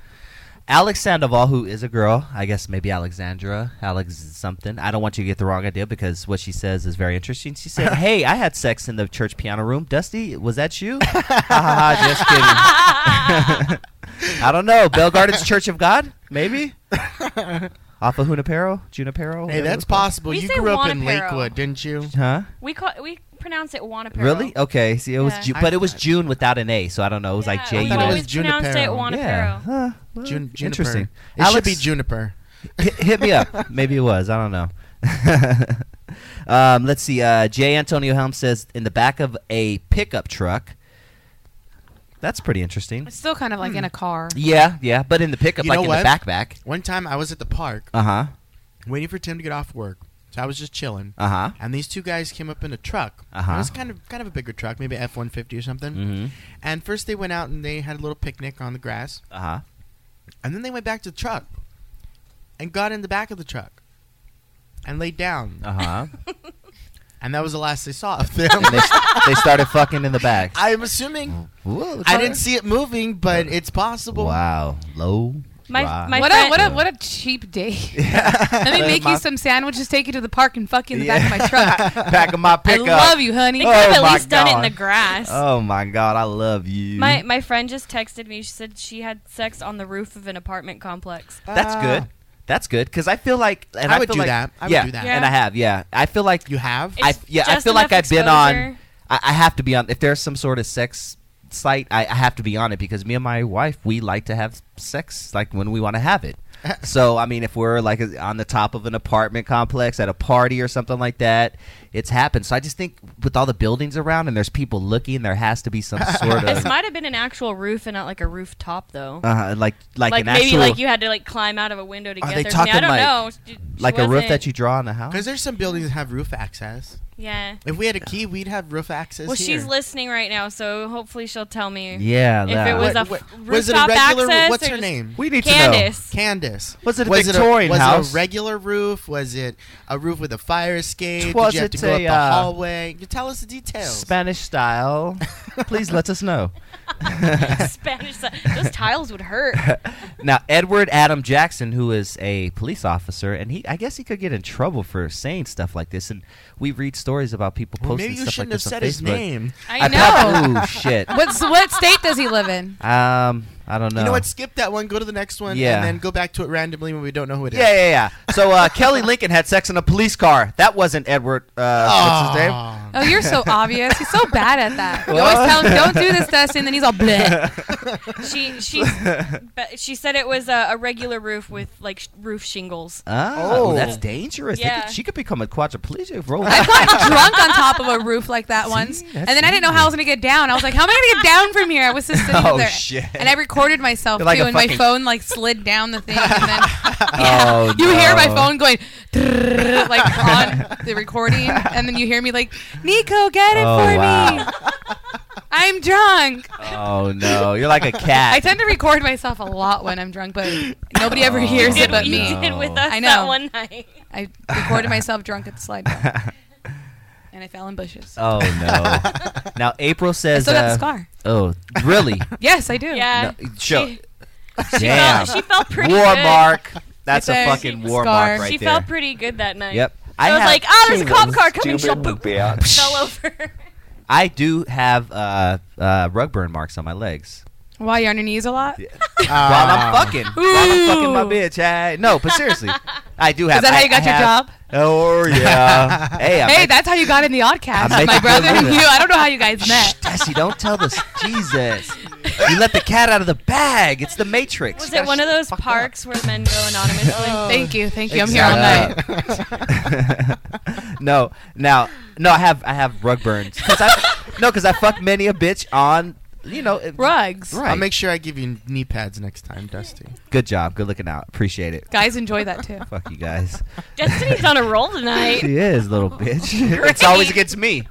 S2: Alex Sandoval, who is a girl, I guess maybe Alexandra, Alex something. I don't want you to get the wrong idea because what she says is very interesting. She said, "Hey, I had sex in the church piano room. Dusty, was that you?" Ha, ha, ha, Just kidding. I don't know. Bell Gardens Church of God, maybe. Off of Junipero, Junipero.
S3: Hey,
S2: whatever
S3: that's
S2: it's called.
S3: possible.
S4: We
S3: you
S4: say
S3: grew up in
S4: Wanapero.
S3: Lakewood, didn't you?
S2: Huh?
S4: we call we pronounce it Wanapero.
S2: Really? Okay. See, it was,
S4: Yeah.
S2: Ju-
S4: I
S2: but it was June without an A, so I don't know. It was like J
S3: I
S2: U.
S3: thought it
S2: N.
S3: was Junipero.
S4: pronounced it Wanapero.
S2: Yeah. Huh. Well,
S3: Jun- juniper.
S2: interesting.
S3: It should
S2: Alex-
S3: be juniper.
S2: hit, hit me up. Maybe it was. I don't know. um, let's see. Uh, J. Antonio Helm says in the back of a pickup truck. That's pretty interesting.
S6: It's still kind of like in a car.
S2: Yeah, yeah, but in the pickup,
S3: You
S2: like
S3: know
S2: in
S3: what?
S2: the backpack.
S3: One time I was at the park
S2: Uh huh.
S3: waiting for Tim to get off work. So I was just chilling.
S2: Uh huh.
S3: And these two guys came up in a truck.
S2: Uh-huh.
S3: It was kind of kind of a bigger truck, maybe F one fifty or something.
S2: Mhm.
S3: And first they went out and they had a little picnic on the grass.
S2: Uh huh.
S3: And then they went back to the truck and got in the back of the truck and laid down.
S2: Uh huh.
S3: And that was the last they saw of
S2: and they,
S3: them.
S2: s- they started fucking in the back.
S3: I'm assuming.
S2: Whoa,
S3: I didn't see it moving, but it's possible.
S2: Wow. Low. ride.
S6: what a what a what a cheap date. Let me make you some sandwiches, take you to the park, and fuck you in the back of my truck.
S2: back of my pickup.
S6: love you, honey.
S4: They
S6: Oh
S4: could have
S2: my
S4: at least done it in
S2: God.
S4: the grass.
S2: Oh my god, I love you.
S4: My my friend just texted me. She said she had sex on the roof of an apartment complex.
S2: That's
S3: Ah.
S2: good. That's good because I feel like and
S3: I
S2: I,
S3: would
S2: feel
S3: do
S2: like-
S3: that. I would
S2: yeah,
S3: do that.
S2: and I have. Yeah, I feel like
S3: You have?
S2: I
S4: It's
S2: yeah, I
S4: just
S2: feel like
S4: enough
S2: I've been on.
S4: exposure.
S2: I, I have to be on. If there's some sort of sex site, I, I have to be on it because me and my wife we like to have sex like when we want to have it. so I mean, if we're like on the top of an apartment complex at a party or something like that, it's happened. So I just think with all the buildings around and there's people looking, there has to be some sort
S4: This
S2: of
S4: might have been an actual roof and not like a rooftop though.
S2: uh, like like, an
S4: maybe
S2: actual
S4: like you had to like climb out of a window to
S2: Are
S4: get
S2: they
S4: there.
S2: talking
S4: I mean, I don't
S2: like-
S4: know. She- she
S2: like a roof
S4: wasn't-
S2: that you draw on the house.
S3: Because there's some buildings that have roof access.
S4: Yeah.
S3: If we had a key, we'd have roof access.
S4: Well,
S3: here.
S4: she's listening right now, so hopefully she'll tell me.
S2: Yeah,
S4: If
S2: that-
S4: it was
S3: What-
S4: a f-
S3: what-
S4: rooftop
S3: was it a regular roo-
S4: access,
S3: what's
S4: or
S3: her
S4: just-
S3: name?
S2: We need to know.
S4: Candace.
S3: Candace.
S2: Was it a
S3: it
S2: Victorian
S3: a, was
S2: house?
S3: it a regular roof? Was it a roof with a fire escape?
S2: Was
S3: Did you have
S2: it
S3: to go up
S2: a,
S3: the
S2: uh,
S3: hallway? You tell us the details.
S2: Spanish style. Please let us know.
S4: Spanish. si- Those tiles would hurt.
S2: now, Edward Adam Jackson, who is a police officer, and he, I guess he could get in trouble for saying stuff like this. And we read stories about people
S3: Well,
S2: posting
S3: maybe you
S2: stuff like
S3: shouldn't
S2: this
S3: have
S2: on
S3: said his
S2: Facebook.
S3: name.
S6: I
S2: prob-
S6: know.
S2: Ooh, shit.
S6: What's what state does he live in?
S2: Um, I don't know.
S3: You know what? Skip that one. Go to the next one,
S2: Yeah.
S3: and then go back to it randomly when we don't know who it is.
S2: Yeah, yeah, yeah. So uh, Kelly Lincoln had sex in a police car. That wasn't Edward. Uh, what's his name?
S6: Oh, you're so obvious. He's so bad at that. You
S2: What?
S6: always tell him, "Don't do this, Dustin." Then he's all bleh.
S4: She she, but she said it was a, a regular roof with like sh- roof shingles.
S2: Oh,
S3: Oh.
S2: that's dangerous. They
S4: Yeah.
S2: could- she could become a quadriplegic. Roll.
S6: I got drunk on top of a roof like that once,
S2: that's
S6: and then I didn't know how I was gonna get down. I was like, "How am I gonna get down from here?" I was just sitting
S2: Oh,
S6: there,
S2: shit.
S6: and I recorded myself
S2: You're like
S6: too,
S2: a
S6: and my
S2: fucking-
S6: phone like slid down the thing, and then
S2: Oh,
S6: you hear my
S2: no.
S6: phone going like on the recording, and then you hear me like, "Nico, get it
S2: Oh,
S6: for me."
S2: wow.
S6: I'm drunk.
S2: Oh no, you're like a cat.
S6: I tend to record myself a lot when I'm drunk, but nobody ever
S2: Oh,
S6: hears
S2: You
S6: it but
S2: did-
S6: me.
S2: you
S4: Did with us
S6: I
S4: that
S6: know.
S4: one night.
S6: I recorded myself drunk at the slide bar, and I fell in bushes.
S2: Oh no! now April says.
S6: still got the
S2: uh,
S6: scar.
S2: Oh, really?
S6: Yes, I do.
S4: Yeah.
S2: No, show.
S4: She-
S2: Damn.
S4: She felt pretty
S2: war
S4: good.
S2: mark. That's
S6: Right
S2: a
S6: there.
S2: fucking war
S6: Scar.
S2: mark right
S4: she
S2: there.
S4: felt pretty good that night.
S2: Yep.
S4: I,
S2: I
S4: was
S2: have-
S4: like, oh, there's a
S2: She
S4: cop
S2: was
S4: car coming. She'll
S2: stupid
S4: boop,
S2: bitch.
S4: fell over.
S2: I do have uh, uh, rug burn marks on my legs.
S6: Why you're on your knees a lot? Is
S2: While I'm fucking, while I'm fucking my
S6: Ooh.
S2: bitch. I, no, but seriously, I do have.
S6: that how
S2: I-
S6: you got
S2: I
S6: your
S2: have-
S6: job?
S2: Oh yeah. hey, I'm
S6: hey, that's how you got in the oddcast.
S2: I make
S6: My
S2: it
S6: brother and
S2: good.
S6: you. I don't know how you guys met.
S2: Desi, don't tell this. Jesus, you let the cat out of the bag. It's the Matrix.
S4: Was
S2: You
S4: it
S2: gotta
S4: one of
S2: shut the
S4: those
S2: fuck up.
S4: parks where men go anonymously?
S6: Oh. Thank you, thank you. I'm here all
S2: Exactly.
S6: night.
S2: no, now, no, I have I have rug burns because I no because I fucked many a bitch on you know, it-
S6: Rugs.
S2: Right.
S3: I'll make sure I give you knee pads next time, Dusty.
S2: Good job. Good looking out. Appreciate it.
S6: Guys enjoy that too.
S2: Fuck you guys.
S4: Destiny's on a roll tonight.
S2: she is, little bitch.
S4: Great.
S2: it's always against me.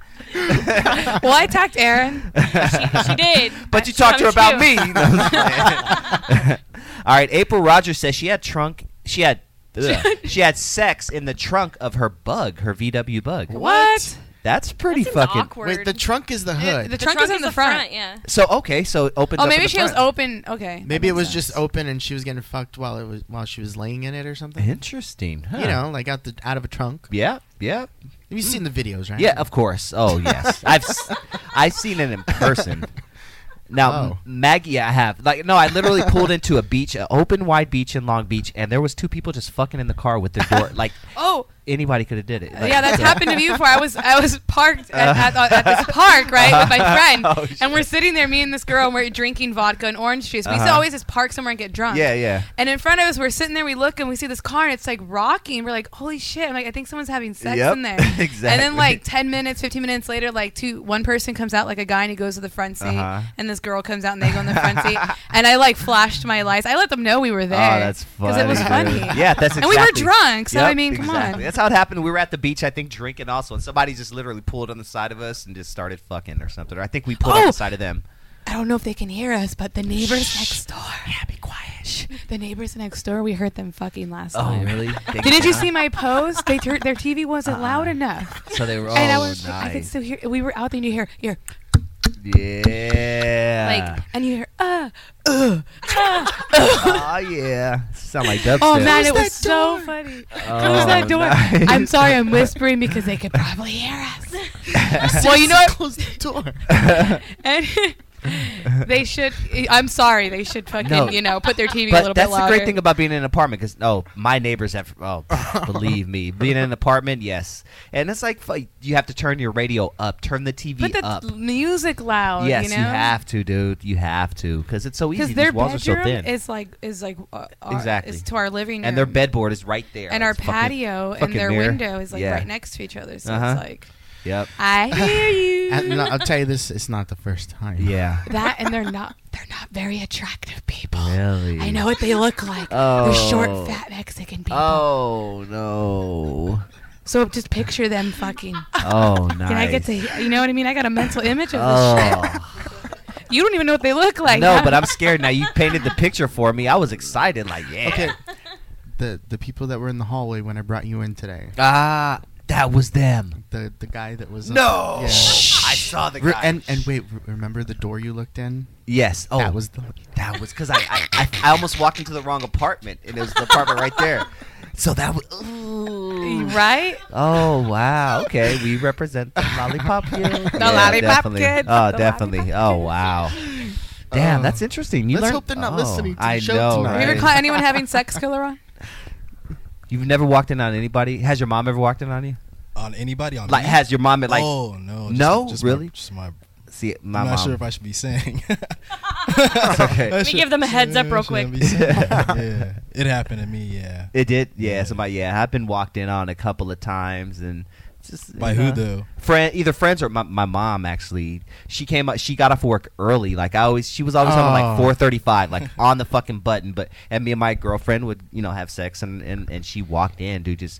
S6: well, I attacked Aaron.
S4: She, she did.
S2: But you
S4: She
S2: talked to her
S4: punished
S2: about
S4: you.
S2: me. You know what I'm saying? All right. April Rogers says she had trunk. She had. ugh, she had sex in the trunk of her bug, her VW bug.
S6: What?
S2: That's pretty fucking.
S3: Wait, the trunk is the hood.
S6: The, trunk, is in the front. yeah.
S2: So okay, so it opens.
S6: Oh,
S2: up in
S6: maybe
S2: the
S6: she was
S2: front.
S6: open. Okay.
S3: Maybe it was just open and she was getting fucked while it was while she was laying in it or something.
S2: Interesting. huh.
S3: You know, like out the out of a trunk.
S2: Yeah, yeah.
S3: You've seen the videos, right?
S2: Yeah, of course. Oh yes, I've s- I've seen it in person. Now
S3: Oh.
S2: M- Maggie, I have like no, I literally pulled into a beach, an open wide beach in Long Beach, and there was two people just fucking in the car with their door like.
S6: Oh.
S2: Anybody could have did it. Like,
S6: yeah, that's
S2: so-
S6: happened to me before. I was I was parked at, at,
S2: Uh.
S6: at this park, right, with my friend,
S2: Oh,
S6: and we're sitting there, me and this girl, and we're drinking vodka and orange juice. We used to
S2: Uh-huh.
S6: always just park somewhere and get drunk.
S2: Yeah, yeah.
S6: And in front of us, we're sitting there, we look and we see this car, and it's like rocking. We're like, "Holy shit!" I'm like, "I think someone's having sex
S2: Yep,
S6: in there." And
S2: exactly.
S6: then like ten minutes, fifteen minutes later, like two, one person comes out, like a guy, and he goes to the front seat,
S2: Uh-huh.
S6: and this girl comes out, and they go in the front seat, and I like flashed my lights. I let them know we were there.
S2: Oh, that's funny.
S6: Because it was
S2: dude.
S6: funny.
S2: Yeah, that's exactly.
S6: And we were drunk, so I
S2: Yep,
S6: mean, come
S2: exactly.
S6: on.
S2: That's how it happened. We were at the beach, I think, drinking also, and somebody just literally pulled on the side of us and just started fucking or something. Or I think we pulled on
S6: Oh.
S2: the side of them.
S6: I don't know if they can hear us, but the neighbors next door. Yeah, be quiet. The neighbors next door. We heard them fucking last
S2: Oh,
S6: time.
S2: really? They
S6: Didn't you
S2: can?
S6: see my post? They tur- their TV wasn't loud enough.
S2: So they were.
S6: and I
S2: oh,
S6: was, I could
S2: nice.
S6: still hear. We were out there, and you hear, here,
S2: Yeah.
S6: like, and you hear, uh, uh, uh.
S2: oh yeah. Sound like dubstep.
S6: Oh man, it was so funny. Close that door.
S2: nice.
S6: I'm sorry, I'm whispering because they could probably hear us. well, you know what?
S3: Close the door.
S6: And they should. I'm sorry. They should fucking
S2: No.
S6: you know put their TV a
S2: But
S6: little
S2: that's
S6: bit louder.
S2: the great thing about being in an apartment because oh, my neighbors have oh, believe me, being in an apartment, yes, and it's like fu- you have to turn your radio up, turn the TV
S6: Put the
S2: up.
S6: music loud.
S2: yes,
S6: you, know?
S2: have to, dude. You have to because it's so easy.
S6: Because
S2: These
S6: their
S2: walls
S6: bedroom
S2: are so thin.
S6: is like is like uh, our,
S2: exactly.
S6: is to our living room,
S2: and their bedboard is right there.
S6: and our
S2: It's fucking-
S6: patio and
S2: fucking
S6: their
S2: mirror.
S6: window is like
S2: Yeah.
S6: right next to each other. So
S2: Uh-huh.
S6: it's like
S2: Yep.
S6: I hear you.
S3: And no, I'll tell you this: it's not the first time.
S2: Yeah.
S6: that, and they're not they're not very attractive people.
S2: Really?
S6: I know what they look like.
S2: Oh.
S6: They're short, fat Mexican people.
S2: Oh no.
S6: So just picture them fucking.
S2: Oh,
S6: Can I get to you know what I mean? I got a mental image of this
S2: Oh.
S6: shit. You don't even know what they look like.
S2: no,
S6: huh?
S2: but I'm scared now. You painted the picture for me. I was excited, like yeah.
S3: Okay. The the people that were in the hallway when I brought you in today.
S2: Ah, that was them.
S3: The the guy that was
S2: No!
S3: Yeah.
S2: I saw the
S3: Re-
S2: guy.
S3: and and wait, re- remember the door you looked in?
S2: Yes. Oh,
S3: that was the
S2: that was because I, I, I I almost walked into the wrong apartment, and it was the apartment right there. So that was.
S6: right?
S2: Oh wow. Okay, we represent the lollipop kid.
S6: The lollipop
S2: definitely.
S6: kid.
S2: Oh,
S6: The
S2: definitely. Oh wow. Damn,
S5: Um,
S2: that's interesting. You
S3: let's
S2: learned-
S3: hope they're not
S2: oh,
S3: listening to the
S2: I
S3: show
S2: know,
S3: tonight.
S6: Have you ever
S2: right?
S6: caught anyone having sex, Killeron?
S2: You've never walked in on anybody. Has your mom ever walked in on you?
S5: On anybody on
S2: Like,
S5: me?
S2: has your mom been like?
S5: Oh no, just-
S2: no,
S5: just my-
S2: really?
S5: just my.
S2: See,
S5: I'm
S2: my
S5: not
S2: mom.
S5: sure if I should be saying.
S2: okay.
S5: I
S4: Let me give them a heads up real
S5: shouldn't
S4: quick.
S5: be saying. yeah, it happened to me. Yeah,
S2: It did, yeah. Somebody, yeah. I've been walked in on a couple of times, and it's just
S5: By
S2: you
S5: who,
S2: know.
S5: though?
S2: Friend, either friends or my, my mom. Actually, she came up. She got off work early. Like I always, she was always home at
S3: Oh.
S2: like four thirty five, like on the fucking button. But and me and my girlfriend would, you know, have sex, and and, and she walked in, dude. Just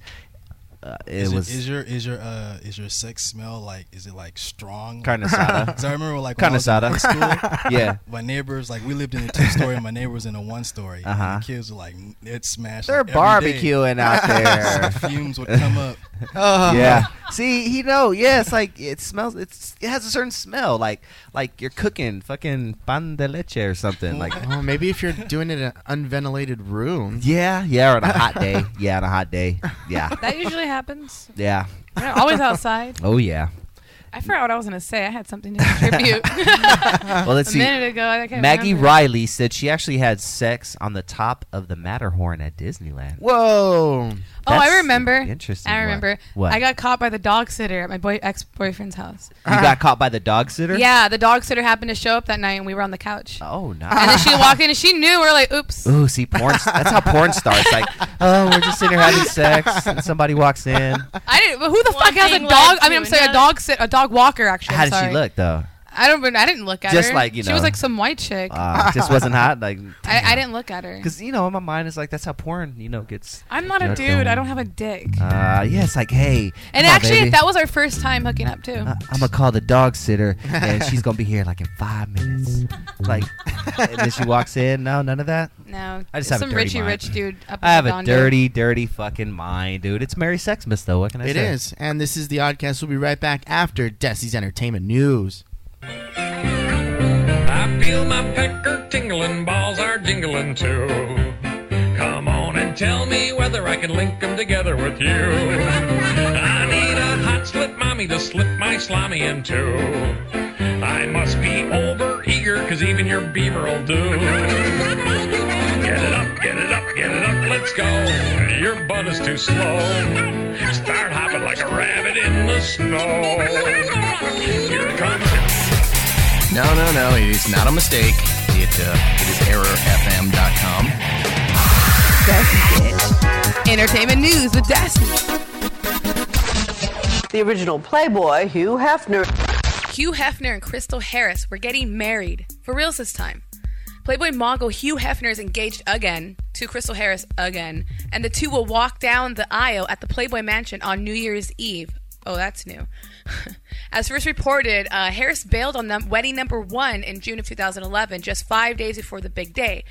S2: uh, it
S5: Is
S2: was
S5: is your is your uh is your sex smell like is it like strong?
S2: Carne asada.
S5: Because I remember like when I was in
S2: Carne
S5: high
S2: asada.
S5: school,
S2: Yeah.
S5: My neighbors like we lived in a two story, and my neighbor was in a one story.
S2: Uh-huh.
S5: The kids were like it smashed.
S2: They're
S5: like, every day.
S2: barbecuing out there. Oh.
S5: Some fumes would come up.
S2: yeah. See, you know, yeah, it's like it smells. It's it has a certain smell, like like you're cooking fucking pan de leche or something. Like
S3: Oh, maybe if you're doing it in an unventilated room.
S2: yeah, yeah, on a hot day. Yeah, on a hot day. Yeah,
S6: That usually happens.
S2: yeah.
S6: They're always outside.
S2: Oh yeah.
S6: I forgot what I was gonna say. I had something to contribute.
S2: Well, let's
S6: Uh, a
S2: see.
S6: minute ago, I can't
S2: Maggie
S6: remember.
S2: Riley said she actually had sex on the top of the Matterhorn at Disneyland.
S3: Whoa.
S6: Oh,
S2: That's
S6: I remember.
S2: interesting
S6: I
S2: one.
S6: remember.
S2: What?
S6: I got caught by the dog sitter at my boy ex boyfriend's house.
S2: You got caught by the dog sitter.
S6: Yeah, the dog sitter happened to show up that night, and we were on the couch.
S2: Oh,
S6: And then
S2: nice.
S6: she walked in, and she knew. We are like, "Oops."
S2: Ooh, see, porn. That's how porn starts. Like, oh, we're just sitting here having sex, and somebody walks in.
S6: I didn't. But who the
S4: One
S6: fuck has a
S4: thing
S6: dog?
S4: led
S6: I mean,
S4: to
S6: I'm sorry, a
S4: another.
S6: dog sit, a dog walker. Actually,
S2: How
S6: I'm
S2: did she
S6: sorry.
S2: look though?
S6: I don't. I didn't look at her.
S2: Just like, you
S6: she was
S2: know.
S6: like some white chick.
S2: Ah, just wasn't hot. Like,
S6: I, I didn't look at her.
S2: because you know, in my mind, it's like that's how porn, you know, gets.
S6: I'm not a
S2: You're
S6: dude. I
S2: going.
S6: don't have a dick.
S2: Uh, yeah, it's like, hey.
S6: And
S2: come on,
S6: actually,
S2: baby. Uh,
S6: that was our first time hooking up too.
S2: I'm gonna call the dog sitter, and she's gonna be here like in five minutes. Like, and then she walks in. No, none of that.
S6: No,
S2: I just have
S6: some
S2: a dirty
S6: Richie
S2: mind.
S6: Rich dude up
S2: I
S6: in
S2: have a
S6: Redondo.
S2: dirty, dirty fucking mind, dude. It's Mary Sexmas, though. What can I
S3: It
S2: say?
S3: is. And this is the Oddcast. We'll be right back after Desi's Entertainment News.
S19: I feel my pecker tingling, balls are jingling too. Come on and tell me whether I can link them together with you. I need a hot slip mommy to slip my slimy into. I must be over eager, cause even your beaver will do. Get it up, get it up, get it up, let's go. Your butt is too slow. Start hopping like a rabbit in the snow. Here comes
S9: No, no, no. It is not a mistake. It, uh, it is errorfm.com.
S6: Entertainment news with Desi.
S20: The original Playboy, Hugh Hefner.
S6: Hugh Hefner and Crystal Harris were getting married for reals this time. Playboy mogul Hugh Hefner is engaged again to Crystal Harris again, and the two will walk down the aisle at the Playboy Mansion on New Year's Eve. Oh, that's new. As first reported, uh, Harris bailed on num- wedding number one in June of 2011, just five days before the big day.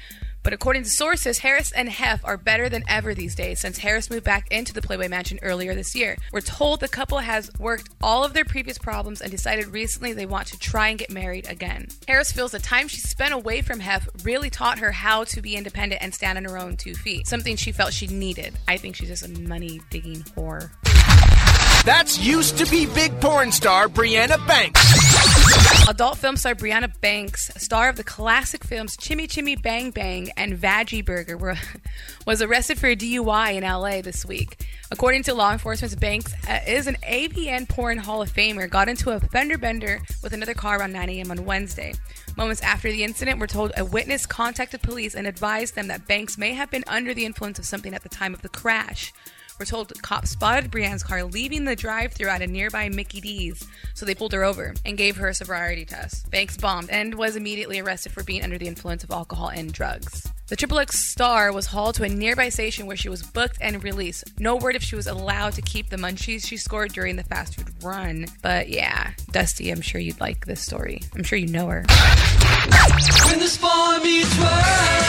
S6: But according to sources, Harris and Hef are better than ever these days since Harris moved back into the Playboy Mansion earlier this year. We're told the couple has worked all of their previous problems and decided recently they want to try and get married again. Harris feels the time she spent away from Hef really taught her how to be independent and stand on her own two feet, something she felt she needed. I think she's just a money digging whore.
S21: That's used to be big porn star Brianna Banks.
S6: Adult film star Brianna Banks, star of the classic films Chimmy Chimmy Bang Bang and Veggie Burger, were, was arrested for a DUI in LA this week. According to law enforcement, Banks uh, is an ABN porn Hall of Famer, got into a fender bender with another car around 9 a.m. on Wednesday. Moments after the incident, we're told a witness contacted police and advised them that Banks may have been under the influence of something at the time of the crash. We're told cops spotted Brianne's car leaving the drive thru at a nearby Mickey D's, so they pulled her over and gave her a sobriety test. Banks bombed and was immediately arrested for being under the influence of alcohol and drugs. The Triple X star was hauled to a nearby station where she was booked and released. No word if she was allowed to keep the munchies she scored during the fast food run. But yeah, Dusty, I'm sure you'd like this story. I'm sure you know her.
S7: When the spawn meets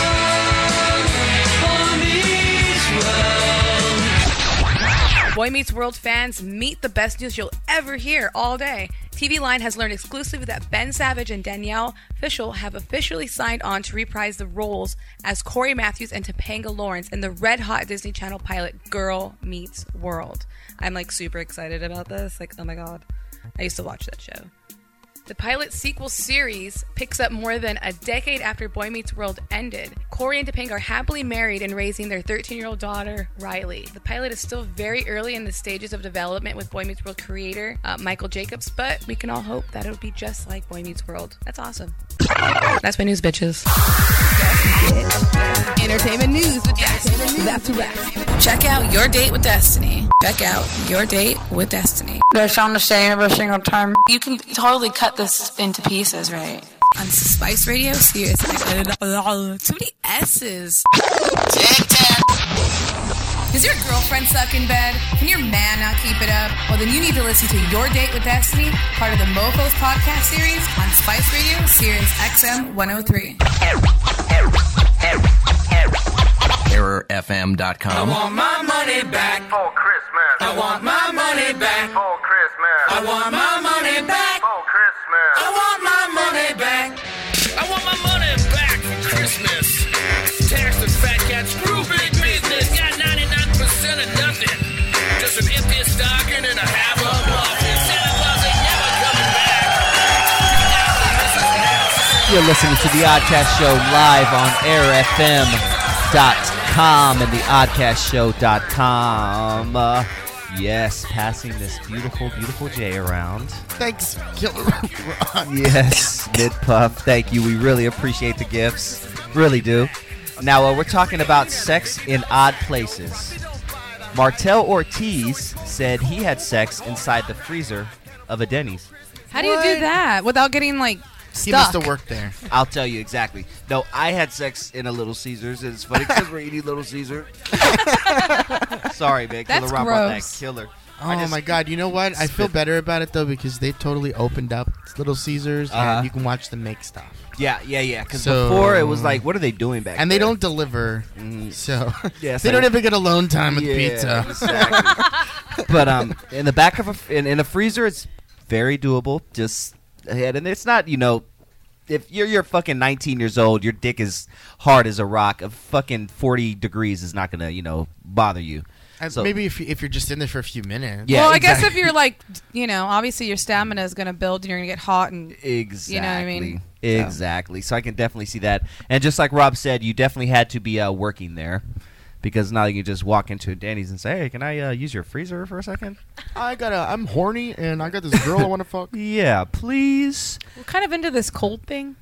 S7: world, spawn meets world.
S6: Boy Meets World fans meet the best news you'll ever hear all day. TV Line has learned exclusively that Ben Savage and Danielle Fishel have officially signed on to reprise the roles as Corey Matthews and Topanga Lawrence in the red hot Disney Channel pilot Girl Meets World. I'm like super excited about this. Like, oh my god. I used to watch that show. The pilot sequel series picks up more than a decade after Boy Meets World ended. Corey and Topanga are happily married and raising their 13 year old daughter, Riley. The pilot is still very early in the stages of development with Boy Meets World creator uh, Michael Jacobs, but we can all hope that it'll be just like Boy Meets World. That's awesome. That's my news, bitches. Entertainment news with Destiny. That's a wrap. Check out Your Date with Destiny. Check out Your Date with Destiny.
S22: They sound the same every single time.
S6: You can totally cut this into pieces, right? On Spice Radio, serious. Too many S's. Is your girlfriend stuck in bed? Can your man not keep it up? Well, then you need to listen to Your Date with Destiny, part of the Mofos podcast series on Spice Radio, Sirius XM 103.
S7: I
S9: errorfm.com.
S7: want my money back for Christmas. I want my money back for Christmas. I want my money back for Christmas. I want my money back. I want my money back for Christmas.
S10: Tax the fat cat, screw big business. Got 99% of nothing. Just an empty stocking and a half of muffin. Santa Claus ain't never coming back.
S2: You're listening to the Oddcast Show live on airfm.com and the oddcastshow.com. Uh, yes, passing this beautiful, beautiful J around.
S3: Thanks, Killer Ron.
S2: Yes, Mid Puff, thank you. We really appreciate the gifts. Really do. Now, uh, we're talking about sex in odd places. Martel Ortiz said he had sex inside the freezer of a Denny's.
S6: How do you do that without getting like stuck?
S3: worked there.
S2: I'll tell you exactly. No, I had sex in a Little Caesars. and It's funny because we're eating Little Caesar. Sorry, man. Killer
S3: That's
S2: Rob brought
S3: gross.
S2: that killer.
S3: Oh
S2: I just-
S3: my god! You know what? I feel better about it though because they totally opened up It's Little Caesars,
S2: Uh-huh.
S3: and you can watch them make stuff.
S2: Yeah, yeah, yeah. Because
S3: So-
S2: before it was like, what are they doing back?
S3: and they
S2: there? Mm.
S3: don't deliver, so
S2: Yeah,
S3: they
S2: so-
S3: don't ever get alone time with
S2: Yeah,
S3: pizza.
S2: exactly. but um, in the back of a in, in a freezer, it's very doable. Just ahead, and it's not you know, if you're you're fucking 19 years old, your dick is hard as a rock. A fucking 40 degrees is not gonna you know bother you.
S6: Uh,
S3: And
S2: So-
S3: maybe if you, if you're just in there for a few minutes.
S2: Yeah,
S6: well, I guess
S2: exactly.
S6: if you're like, you know, obviously your stamina is going to build and you're going to get hot and
S2: Exactly.
S6: you know what I mean.
S2: Exactly. So I can definitely see that. And just like Rob said, you definitely had to be uh, working there because now you can just walk into a Denny's and say, "Hey, can I uh, use your freezer for a second?
S3: I got a. I'm horny, and I got this girl I want to fuck.
S2: Yeah, please.
S6: We're kind of into this cold thing,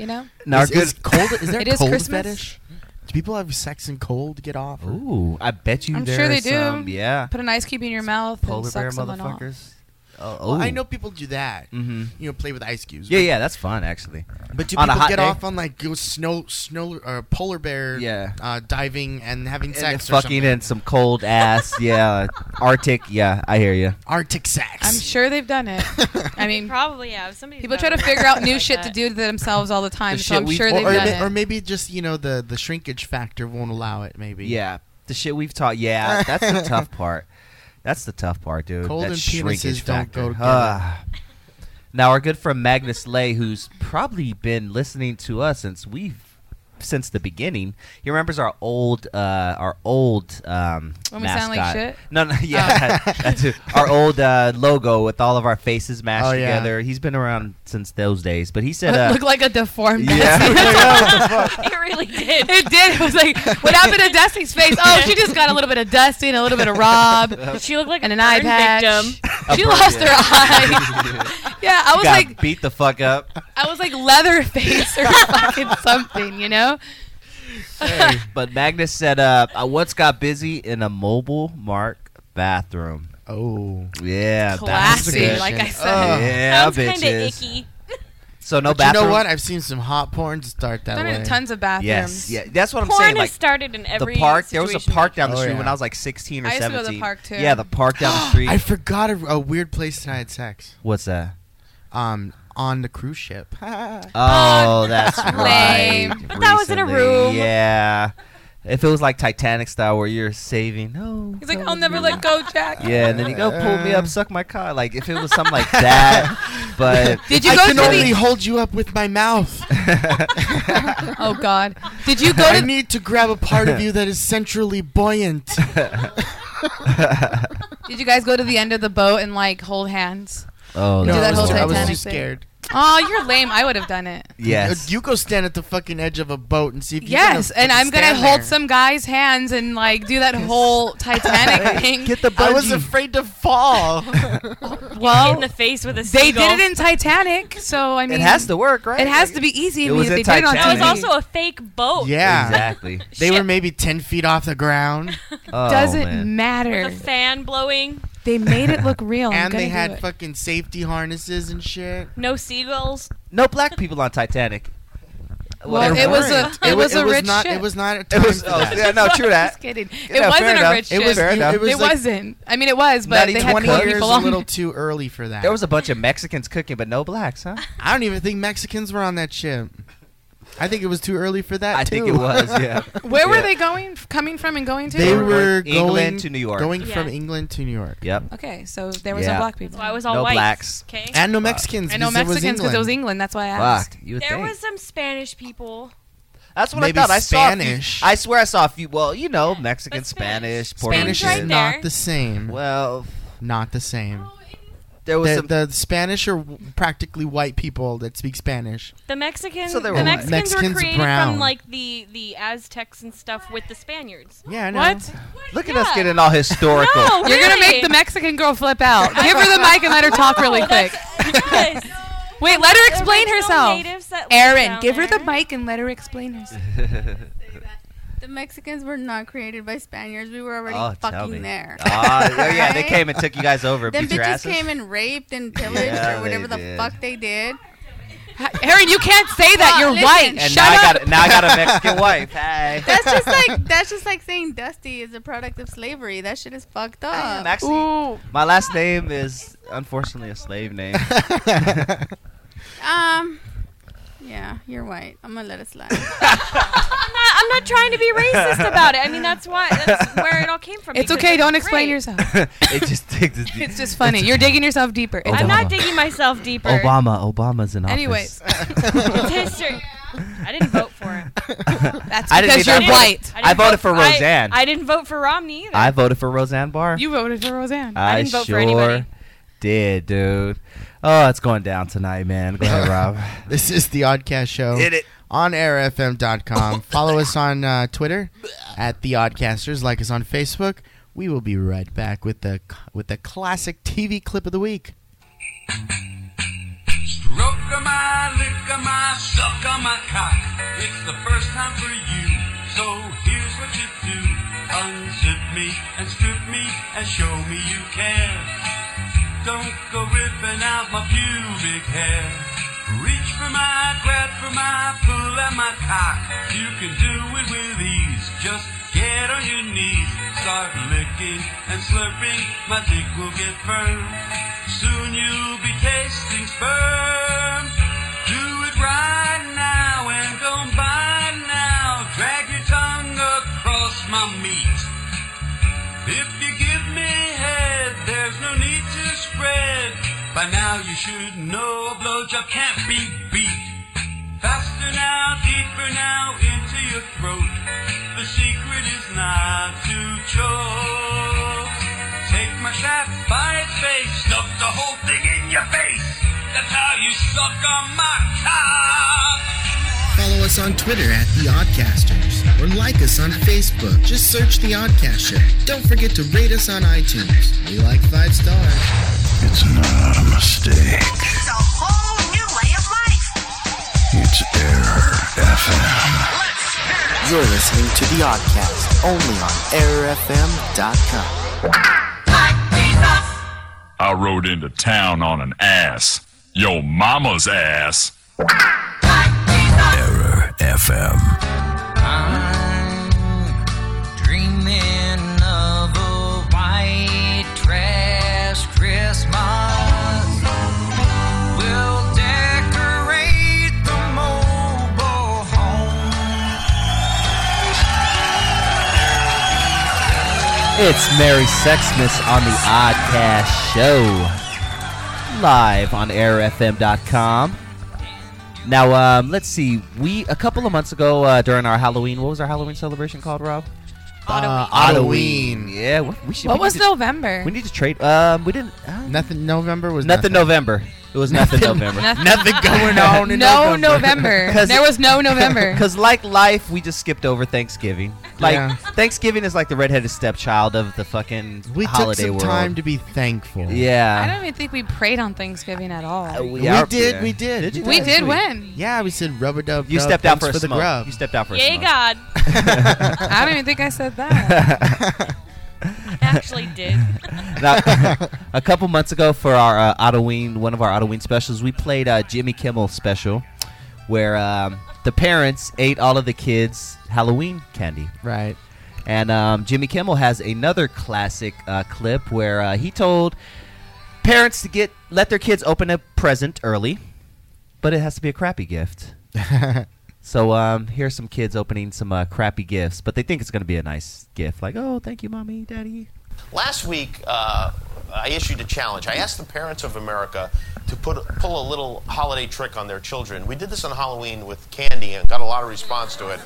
S6: you know.
S2: Now,
S3: is,
S2: good-
S3: is cold. Is there
S6: It
S3: a
S6: is
S3: cold
S6: Christmas.
S3: fetish? Do people have sex in cold to get off? or-
S2: Ooh, I bet you. uh,
S6: I'm
S2: there
S6: sure
S2: are
S6: they do.
S2: some- yeah.
S6: Put an ice cube in your mouth
S2: Polar
S6: and
S2: bear
S6: suck someone off.
S2: motherfuckers. Oh,
S3: Well, I
S2: ooh.
S3: know people do that.
S2: Mhm.
S3: You know, play with ice cubes.
S2: Yeah, yeah, that's fun actually.
S3: But do
S2: On a
S3: people
S2: hot
S3: get
S2: day?
S3: off on like go snow, snow, uh, polar bear,
S2: Yeah.
S3: uh, diving and having
S2: And
S3: sex, or
S2: fucking
S3: something?
S2: in some cold ass, yeah, Arctic, yeah, I hear you.
S3: Arctic sex.
S6: I'm sure they've done it. I mean,
S4: probably have. Somebody
S6: people try to figure out new shit to do to themselves all the time, so I'm sure
S3: or,
S6: they've
S3: or,
S6: done
S3: may-
S6: it.
S3: or maybe just you know the the shrinkage factor won't allow it. Maybe.
S2: Yeah, the shit we've taught. Yeah, that's the tough part. That's the tough part, dude.
S3: Cold
S2: that
S3: and
S2: shrinkage
S3: penises don't
S2: factor.
S3: go together.
S2: Ah. now, our good friend Magnus Lay, who's probably been listening to us since we've since the beginning, he remembers our old uh, our old um,
S6: When we sound like
S2: mascot.
S6: shit?
S2: No, no, yeah,
S6: Oh.
S2: that too. our old uh, logo with all of our faces mashed
S6: Oh, yeah.
S2: together. He's been around since those days, but he said, uh,
S6: Look looked like a deformed
S2: Yeah.
S6: Bessie.
S4: it really did.
S6: It did. It was like, what happened to Dusty's face? Oh, she just got a little bit of Dusty and a little bit of Rob.
S4: She looked like
S6: and
S4: a
S6: an eye
S4: burn
S6: patch.
S2: A
S6: She
S2: burn,
S6: lost
S2: yeah.
S6: her eye. yeah, I was
S2: got
S6: like,
S2: beat the fuck up."
S6: I was like Leatherface or fucking something, you know?
S2: but Magnus said, uh, I once got busy in a mobile mark bathroom.
S3: Oh.
S2: Yeah.
S6: Classy,
S2: that's good.
S6: like I said.
S2: Oh, yeah,
S6: Sounds
S4: kinda
S2: bitches.
S4: icky.
S2: So no
S3: but you know
S2: bathroom-
S3: what? I've seen some hot porn start that
S6: Done
S3: way.
S6: it in tons of bathrooms.
S2: Yes. Yeah, that's what I'm
S6: Porn
S2: saying.
S6: has
S2: Like
S6: started in every
S2: the park. There was a
S6: situation.
S2: park down the
S3: Oh,
S2: street
S3: yeah.
S2: when I was like 16 or
S6: I used to go
S2: 17.
S6: to the park, too.
S2: Yeah, the park down the street.
S3: I forgot a, a weird place that I had sex.
S2: What's that?
S3: Um, on the cruise ship.
S2: Oh, that's right.
S3: Lame. But that was in a
S2: Recently,
S3: room.
S2: Yeah. If it was like Titanic style where you're saving, no.
S6: He's like, I'll never let go, Jack.
S2: Yeah, and then you go pull
S3: Uh.
S2: me up, suck my car. Like if it was something like that, but
S6: Did you
S3: I
S6: go
S3: can
S6: to the-
S3: only hold you up with my mouth.
S6: Oh, God. Did you go
S3: I
S6: to.
S3: need to grab a part of you that is centrally buoyant.
S6: Did you guys go to the end of the boat and like hold hands?
S2: Oh,
S6: Do
S3: no,
S6: that
S3: I was
S6: whole
S3: too- I was
S6: Titanic
S3: too
S6: thing?
S3: scared.
S6: Oh, you're lame. I would have done it.
S2: Yes.
S3: You go stand at the fucking edge of a boat and see if you can
S6: Yes, and I'm gonna
S3: stand
S6: hold
S3: there.
S6: some guy's hands and like do that whole Titanic thing.
S2: Get the
S3: I was afraid to fall.
S6: well,
S4: in the face with a
S6: they
S4: seagull.
S6: did it in Titanic, so I mean,
S2: has to work, right?
S6: It has
S2: Like,
S6: to be easy.
S2: it
S6: I mean,
S2: was
S6: if
S2: in
S6: they did it on
S4: That
S6: Titanic.
S4: was also a fake boat.
S3: yeah.
S2: Exactly. Oh,
S3: They were maybe 10 feet off the ground. Oh,
S6: Doesn't matter.
S4: With a fan blowing,
S6: They made it look real. I'm
S3: And they
S6: gonna do
S3: had
S6: it.
S3: fucking safety harnesses and shit.
S4: no seagulls.
S2: no black people on Titanic.
S6: Well,
S3: There
S6: it was a
S3: weren't.
S6: it was a
S3: was
S6: rich
S3: not,
S6: ship.
S3: It was not a time
S2: It was.
S3: for
S2: Oh,
S3: that.
S2: yeah, no, true that.
S6: Just kidding. It
S2: Yeah, fair
S6: wasn't a
S2: enough.
S6: rich
S2: It
S6: ship.
S2: was- Fair enough.
S6: It,
S3: it was like-
S6: was not I mean, it was, but
S3: Not
S6: they
S3: even
S6: had
S3: 20
S6: poor
S3: years
S6: people
S3: a
S6: on.
S3: little too early for that.
S2: There was a bunch of Mexicans cooking, but no blacks, huh?
S3: I don't even think Mexicans were on that ship. I think it was too early for that.
S2: I
S3: too.
S2: think it was. Yeah.
S6: Where
S2: Yeah.
S6: were they going, coming from, and going to?
S3: They
S2: They
S3: were
S2: were England
S3: going
S2: to New York.
S3: Going
S6: Yeah.
S3: from England to New York.
S2: Yep.
S6: Okay, so there was
S2: Yeah.
S6: no black people.
S4: That's why it was all
S2: No
S4: white.
S2: blacks.
S4: Okay.
S3: And no Mexicans.
S6: And no
S3: because
S6: Mexicans because
S3: it
S6: it was
S3: England.
S6: England. That's why I asked.
S2: Fuck. You would
S4: there
S2: think.
S4: was some Spanish people.
S2: That's what
S3: Maybe
S2: I thought. I saw. a few-
S3: Spanish.
S2: I swear I saw a few. Well, you know, Mexican, Spanish, Puerto
S3: Spanish
S2: Rican.
S3: is
S4: there.
S3: not the same.
S2: Well,
S3: Not the same.
S2: there was
S3: the,
S2: some.
S3: the Spanish are w- practically white people that speak Spanish.
S4: The Mexicans.
S2: So they were
S4: the
S2: white.
S4: Mexicans,
S3: Mexicans
S4: were created
S3: brown.
S4: from like the the Aztecs and stuff with the Spaniards.
S3: Yeah, I know.
S6: What?
S2: Look at us getting all historical.
S4: No,
S6: You're gonna
S4: really.
S6: make the Mexican girl flip out. Give her the mic and let her talk really quick.
S4: Yes.
S6: Wait, let her
S4: The
S6: explain
S4: original
S6: herself.
S4: natives that lived
S6: Aaron,
S4: down
S6: give her the
S4: there.
S6: mic and let her explain herself.
S11: The Mexicans were not created by Spaniards. We were already
S2: Oh, tell me.
S11: fucking there.
S2: Ah, oh, yeah, they
S11: Right?
S2: came and took you guys over,
S11: Them
S2: beat your
S11: bitches
S2: asses.
S11: came and raped and pillaged
S2: Yeah, they
S11: or whatever the
S2: did.
S11: fuck they did.
S6: Harry, you can't say that. You're white.
S2: and now I got now I got a Mexican wife. Hey.
S11: That's just like that's just like saying Dusty is a product of slavery. That shit is fucked up. Ooh.
S2: My last name is unfortunately a slave name.
S11: Um. Yeah, you're white. I'm gonna let it slide.
S4: I'm not, I'm not trying to be racist about it. I mean, that's why that's where it all came from.
S6: It's
S4: because
S6: okay.
S4: it's
S6: Don't explain
S4: great.
S6: yourself.
S2: it just takes a deep-
S6: It's just funny. You're digging yourself deeper.
S2: I'm not Obama.
S4: digging myself deeper.
S2: Obama. Obama's in office.
S6: Anyways,
S4: it's history. I didn't vote for him.
S6: That's
S2: I didn't because either. you're I didn't- white.
S4: didn't
S2: I
S4: vote-
S2: voted for
S4: I-
S2: Roseanne.
S4: I, didn't vote for Romney either.
S2: I voted for Roseanne Barr.
S6: you voted for Roseanne.
S2: I,
S4: didn't vote
S2: sure
S4: for anybody.
S2: did, dude. Oh, it's going down tonight, man. Go ahead, Rob.
S3: This is the Oddcast Show.
S2: Hit it.
S3: On airfm.com. Follow us on uh, Twitter at The Oddcasters. Like us on Facebook. We will be right back with the with the classic TV clip of the week.
S23: Stroke of my, lick of my, suck of my cock. It's the first time for you, so here's what you do. Unzip me and strip me and show me you care. Don't go ripping out my pubic hair. Reach for my, grab for my, pull at my cock. You can do it with ease. Just get on your knees. Start licking and slurping. My dick will get firm. Soon you'll be tasting sperm. Do it right now and don't bite now. Drag your tongue across my meat. If you give me head, there's no need to spread. By now you should know a blowjob can't be beat. Faster now, deeper now, into your throat. The secret is not to choke. Take my shaft by its face, stuff the whole thing in your face. That's how you suck on my cock.
S8: Follow us on Twitter at The Oddcasters or like us on Facebook. Just search The Oddcast Show. Don't forget to rate us on iTunes. We like five stars.
S24: It's not a mistake.
S23: It's a whole new way of life.
S24: It's Error FM.
S8: You're listening to The Oddcast only on airfm.com.
S19: I rode into town on an ass. Yo mama's ass. Error FM.
S23: I'm dreaming of a white trash Christmas. We'll decorate the mobile home.
S2: It's Merry Sexmas on the Oddcast Show, live on airfm.com. Now, um, let's see. We a couple of months ago uh, during our Halloween, what was our Halloween celebration called, Rob?
S3: Uh,
S2: Halloween. Yeah. We, we should,
S6: what
S2: we
S6: was
S2: need
S6: November?
S2: To, we need to trade. Um, we didn't.
S3: Nothing. November was
S2: nothing. November. It was nothing. November.
S3: nothing going on in
S6: no
S2: November.
S6: November.
S2: 'Cause-
S6: There was no November.
S2: Because like life, we just skipped over Thanksgiving. Like
S3: Yeah.
S2: Thanksgiving is like the redheaded stepchild of the fucking
S3: We took
S2: holiday
S3: some
S2: world.
S3: time to be thankful.
S2: yeah.
S6: I don't even think we prayed on Thanksgiving at all.
S3: We,
S2: Yeah,
S3: did,
S2: yeah.
S3: we did.
S2: Did you
S6: We
S3: Yes,
S6: did win.
S3: Yeah, we said rubber dub.
S2: You
S3: dub,
S2: stepped out
S3: thanks
S2: for a
S3: the
S2: smoke.
S3: grub.
S2: You stepped out for a
S4: Yay,
S2: smoke.
S4: God.
S6: I don't even think I said that.
S4: I actually did.
S2: now, a couple months ago for our uh, Halloween, one of our Halloween specials, we played uh, Jimmy Kimmel special, where um, the parents ate all of the kids' Halloween candy.
S3: Right.
S2: And um, Jimmy Kimmel has another classic uh, clip where uh, he told parents to get let their kids open a present early, but it has to be a crappy gift. so um, here's some kids opening some uh, crappy gifts, but they think it's going to be a nice gift, like oh, thank you, mommy, daddy.
S25: Last week, uh, I issued a challenge. I asked the parents of America to put pull a little holiday trick on their children. We did this on Halloween with candy and got a lot of response to it.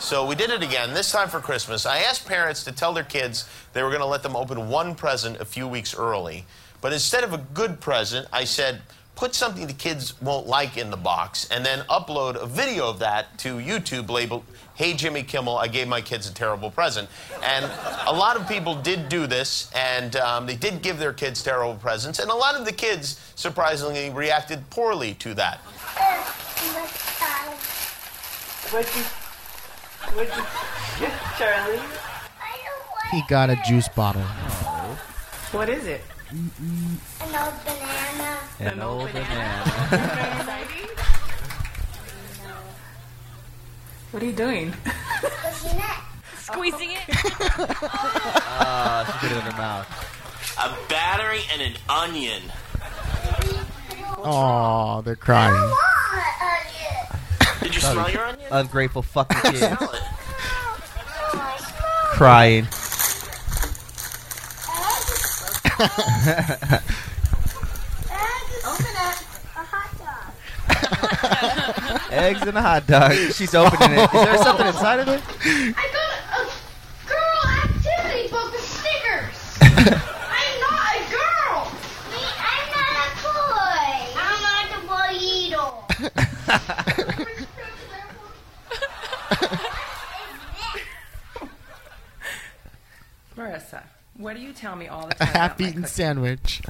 S25: So we did it again, this time for Christmas. I asked parents to tell their kids they were going to let them open one present a few weeks early. But instead of a good present, I said, put something the kids won't like in the box and then upload a video of that to YouTube labeled, Hey Jimmy Kimmel, I gave my kids a terrible present. And a lot of people did do this and um, they did give their kids terrible presents. And a lot of the kids, surprisingly, reacted poorly to that.
S23: What'd you,
S8: Would you, Charlie?
S3: He got a juice bottle.
S8: What is it?
S14: An old banana.
S2: An old
S8: banana. what are you doing?
S4: Squeezing it.
S2: Ah, she put it in her mouth.
S8: A battery and an onion.
S3: Oh, they're crying.
S8: Did
S3: you smell your
S8: onion?
S2: Ungrateful fucking kid.
S8: Smell it.
S2: Crying. Eggs and a hot dog. She's opening it. Is there something inside of it?
S14: I got a girl activity book with stickers. I'm not a girl. I'm not a boy. I'm not a boy either.
S8: Marissa, what do you tell me all the
S3: A
S8: time? about my
S3: half-eaten sandwich.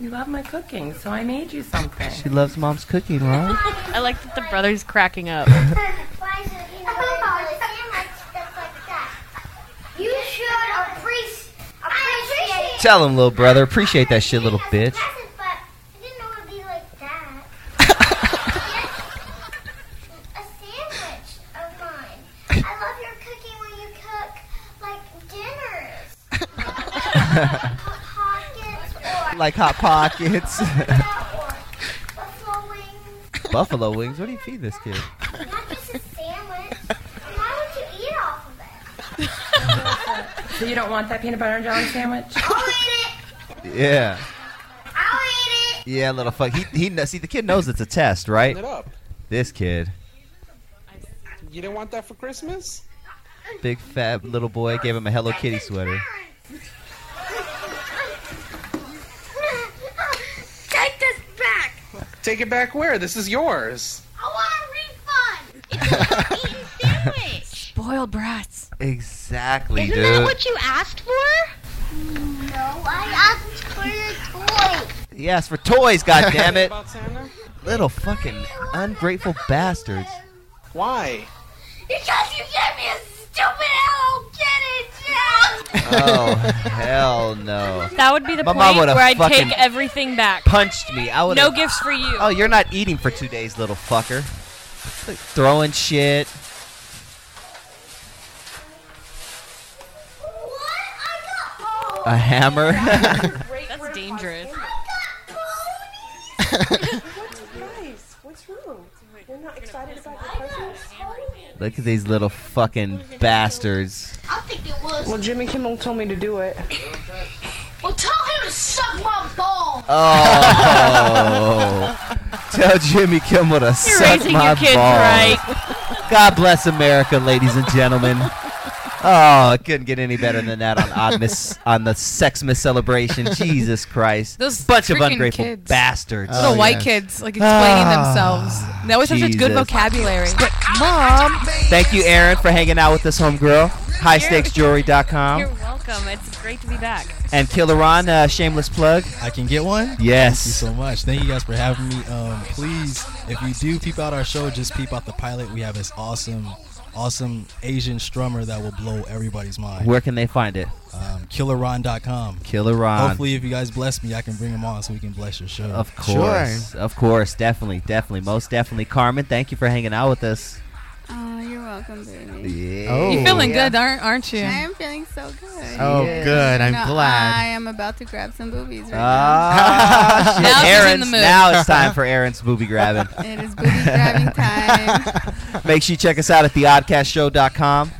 S8: You love my cooking, so I made you something.
S2: She loves mom's cooking, right?
S4: I like that the brother's cracking up.
S14: Why is it in a sandwich that's like that? You should appreciate. appreciate.
S2: Tell him, little brother. Appreciate that shit, little bitch. like hot pockets. Buffalo wings. What do you feed this kid?
S8: so you don't want that peanut butter and jelly sandwich?
S2: Yeah. Yeah, little fuck. He he. kn- See, the kid knows it's a test, right?
S15: It up.
S2: This kid,
S15: You didn't want that for Christmas?
S2: big fat little boy, gave him a Hello Kitty sweater.
S14: Take this back.
S15: Take it back where? This is yours.
S14: I want a refund. It's an eaten sandwich.
S4: Spoiled brats.
S2: Exactly,
S14: Isn't
S2: dude.
S14: that what you asked for? No, I asked for a toy.
S2: He asked for toys. God damn it,
S14: About Santa?
S2: little fucking ungrateful bastards.
S15: Why?
S14: Because you gave me a stupid Hello Kitty challenge.
S2: Oh hell no.
S4: That would be the
S2: My mom
S4: point
S2: would've
S4: where I'd
S2: fucking
S4: take everything back.
S2: Punched me. I would.
S4: No gifts for you.
S2: Oh, you're not eating for two days, little fucker. Throwing shit. A hammer.
S4: That's dangerous.
S8: Guys, what's wrong? You're not excited about your presents?
S2: Look at these little fucking bastards.
S14: I think it was.
S8: Well, Jimmy Kimmel told me to do it.
S14: Well, tell him to suck my ball.
S2: Oh. Tell Jimmy Kimmel to suck
S14: raising
S2: my
S14: your kids
S2: balls.
S14: right.
S2: God bless America, ladies and gentlemen. Oh, it couldn't get any better than that on odd miss on the sex miss celebration. Jesus Christ.
S6: Those
S2: bunch of
S6: freaking
S2: ungrateful
S6: kids.
S2: bastards. Oh,
S6: Little white kids, like explaining themselves. They always have such good
S2: Jesus.
S6: vocabulary. Mom,
S2: Thank you, Aaron, for hanging out with us, homegirl.
S4: You're
S2: Highstakesjewelry.com.
S4: welcome. It's great to be back.
S2: And Killeron, uh, shameless plug.
S5: I can get one?
S2: Yes.
S5: Thank you so much. Thank you guys for having me. Um, please, if you do peep out our show, just peep out the pilot. We have this awesome, awesome Asian strummer that will blow everybody's mind.
S2: Where can they find it?
S5: Um, KillerRon.com.
S2: Killer Ron.
S5: Hopefully, if you guys bless me, I can bring him on so we can bless your show.
S2: Of course. Of course. Definitely. Definitely. Most definitely. Carmen, thank you for hanging out with us.
S11: Oh, you're welcome, baby.
S2: Yeah.
S6: you're feeling good, aren't, aren't you?
S11: I am feeling so good.
S2: Oh, Yeah. good. I'm
S11: No,
S2: glad.
S11: I am about to grab some boobies right
S2: Ah, shit.
S11: now.
S2: Aaron's- now it's time for Aaron's booby grabbing.
S11: It is booby grabbing time.
S2: Make sure you check us out at theoddcastshow.com.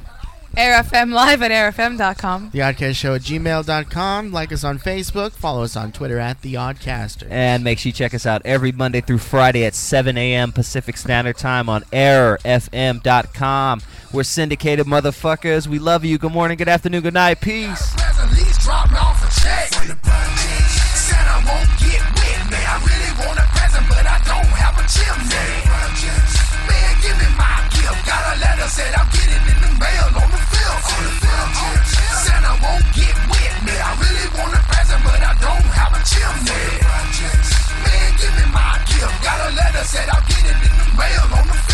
S6: AirFM live at airfm.com.
S3: The Oddcast Show at gmail.com. Like us on Facebook. Follow us on Twitter at The Oddcaster.
S2: And make sure you check us out every Monday through Friday at 7 a.m. Pacific Standard Time on errorfm.com. We're syndicated motherfuckers. We love you. Good morning, good afternoon, good night. Peace.
S7: Please drop me off a check. Said I won't get with me. I really want a present, but I don't have a chimney. Man, give me my gift. Got a letter, said I'm getting in the mail on the fifth. Said I won't get with me. I really want a present, but I don't have a chimney. Man, give me my gift. Got a letter, said I'm getting in the mail on the fifth.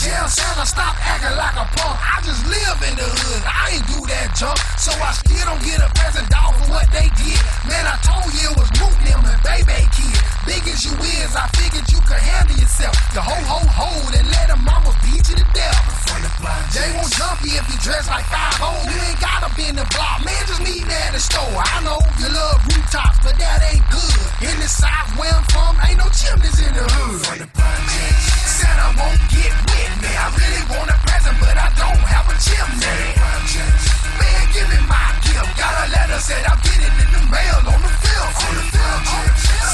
S7: Jail Santa, stop acting like. I just live in the hood. I ain't do that junk, so I still don't get a present dog for what they did. Man, I told you it was Boot them and baby kid. Big as you is, I figured you could handle yourself. The whole ho hold and let them mama beat you to death. They won't jump you if you dress like 5 old. You ain't gotta be in the block, man. Just meet me at the store. I know you love rooftops, but that ain't good. In the south where I'm from, ain't no chimneys in the hood. Said I won't get with me. I really want a present, but I don't have a chimney. Man, give me my gift. Got a letter said I'm getting in the mail on the fifth.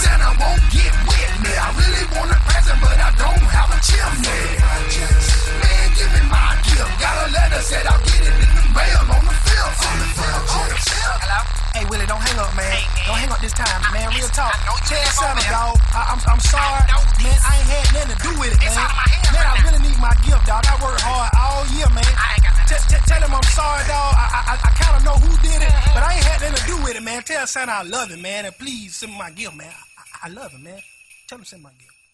S7: Said I won't get with me. I really want a present, but I don't have a chimney. Man, give me my gift. Got a letter said I'm getting in the mail on the fifth. Hello. Hey Willie, don't hang up, man. Don't hang up this time, man. Real talk. Tell something, dog. I, I'm, I'm sorry, man. I ain't had nothing to do with it, man. Man, I really need my gift, dog. I worked hard all year, man. T- t- tell him I'm sorry, dog. I, I, I kind of know who did it, but I ain't had nothing to do with it, man. Tell Santa I love it, man, and please send me my gift, man. I, I love it, man. Tell him send my gift.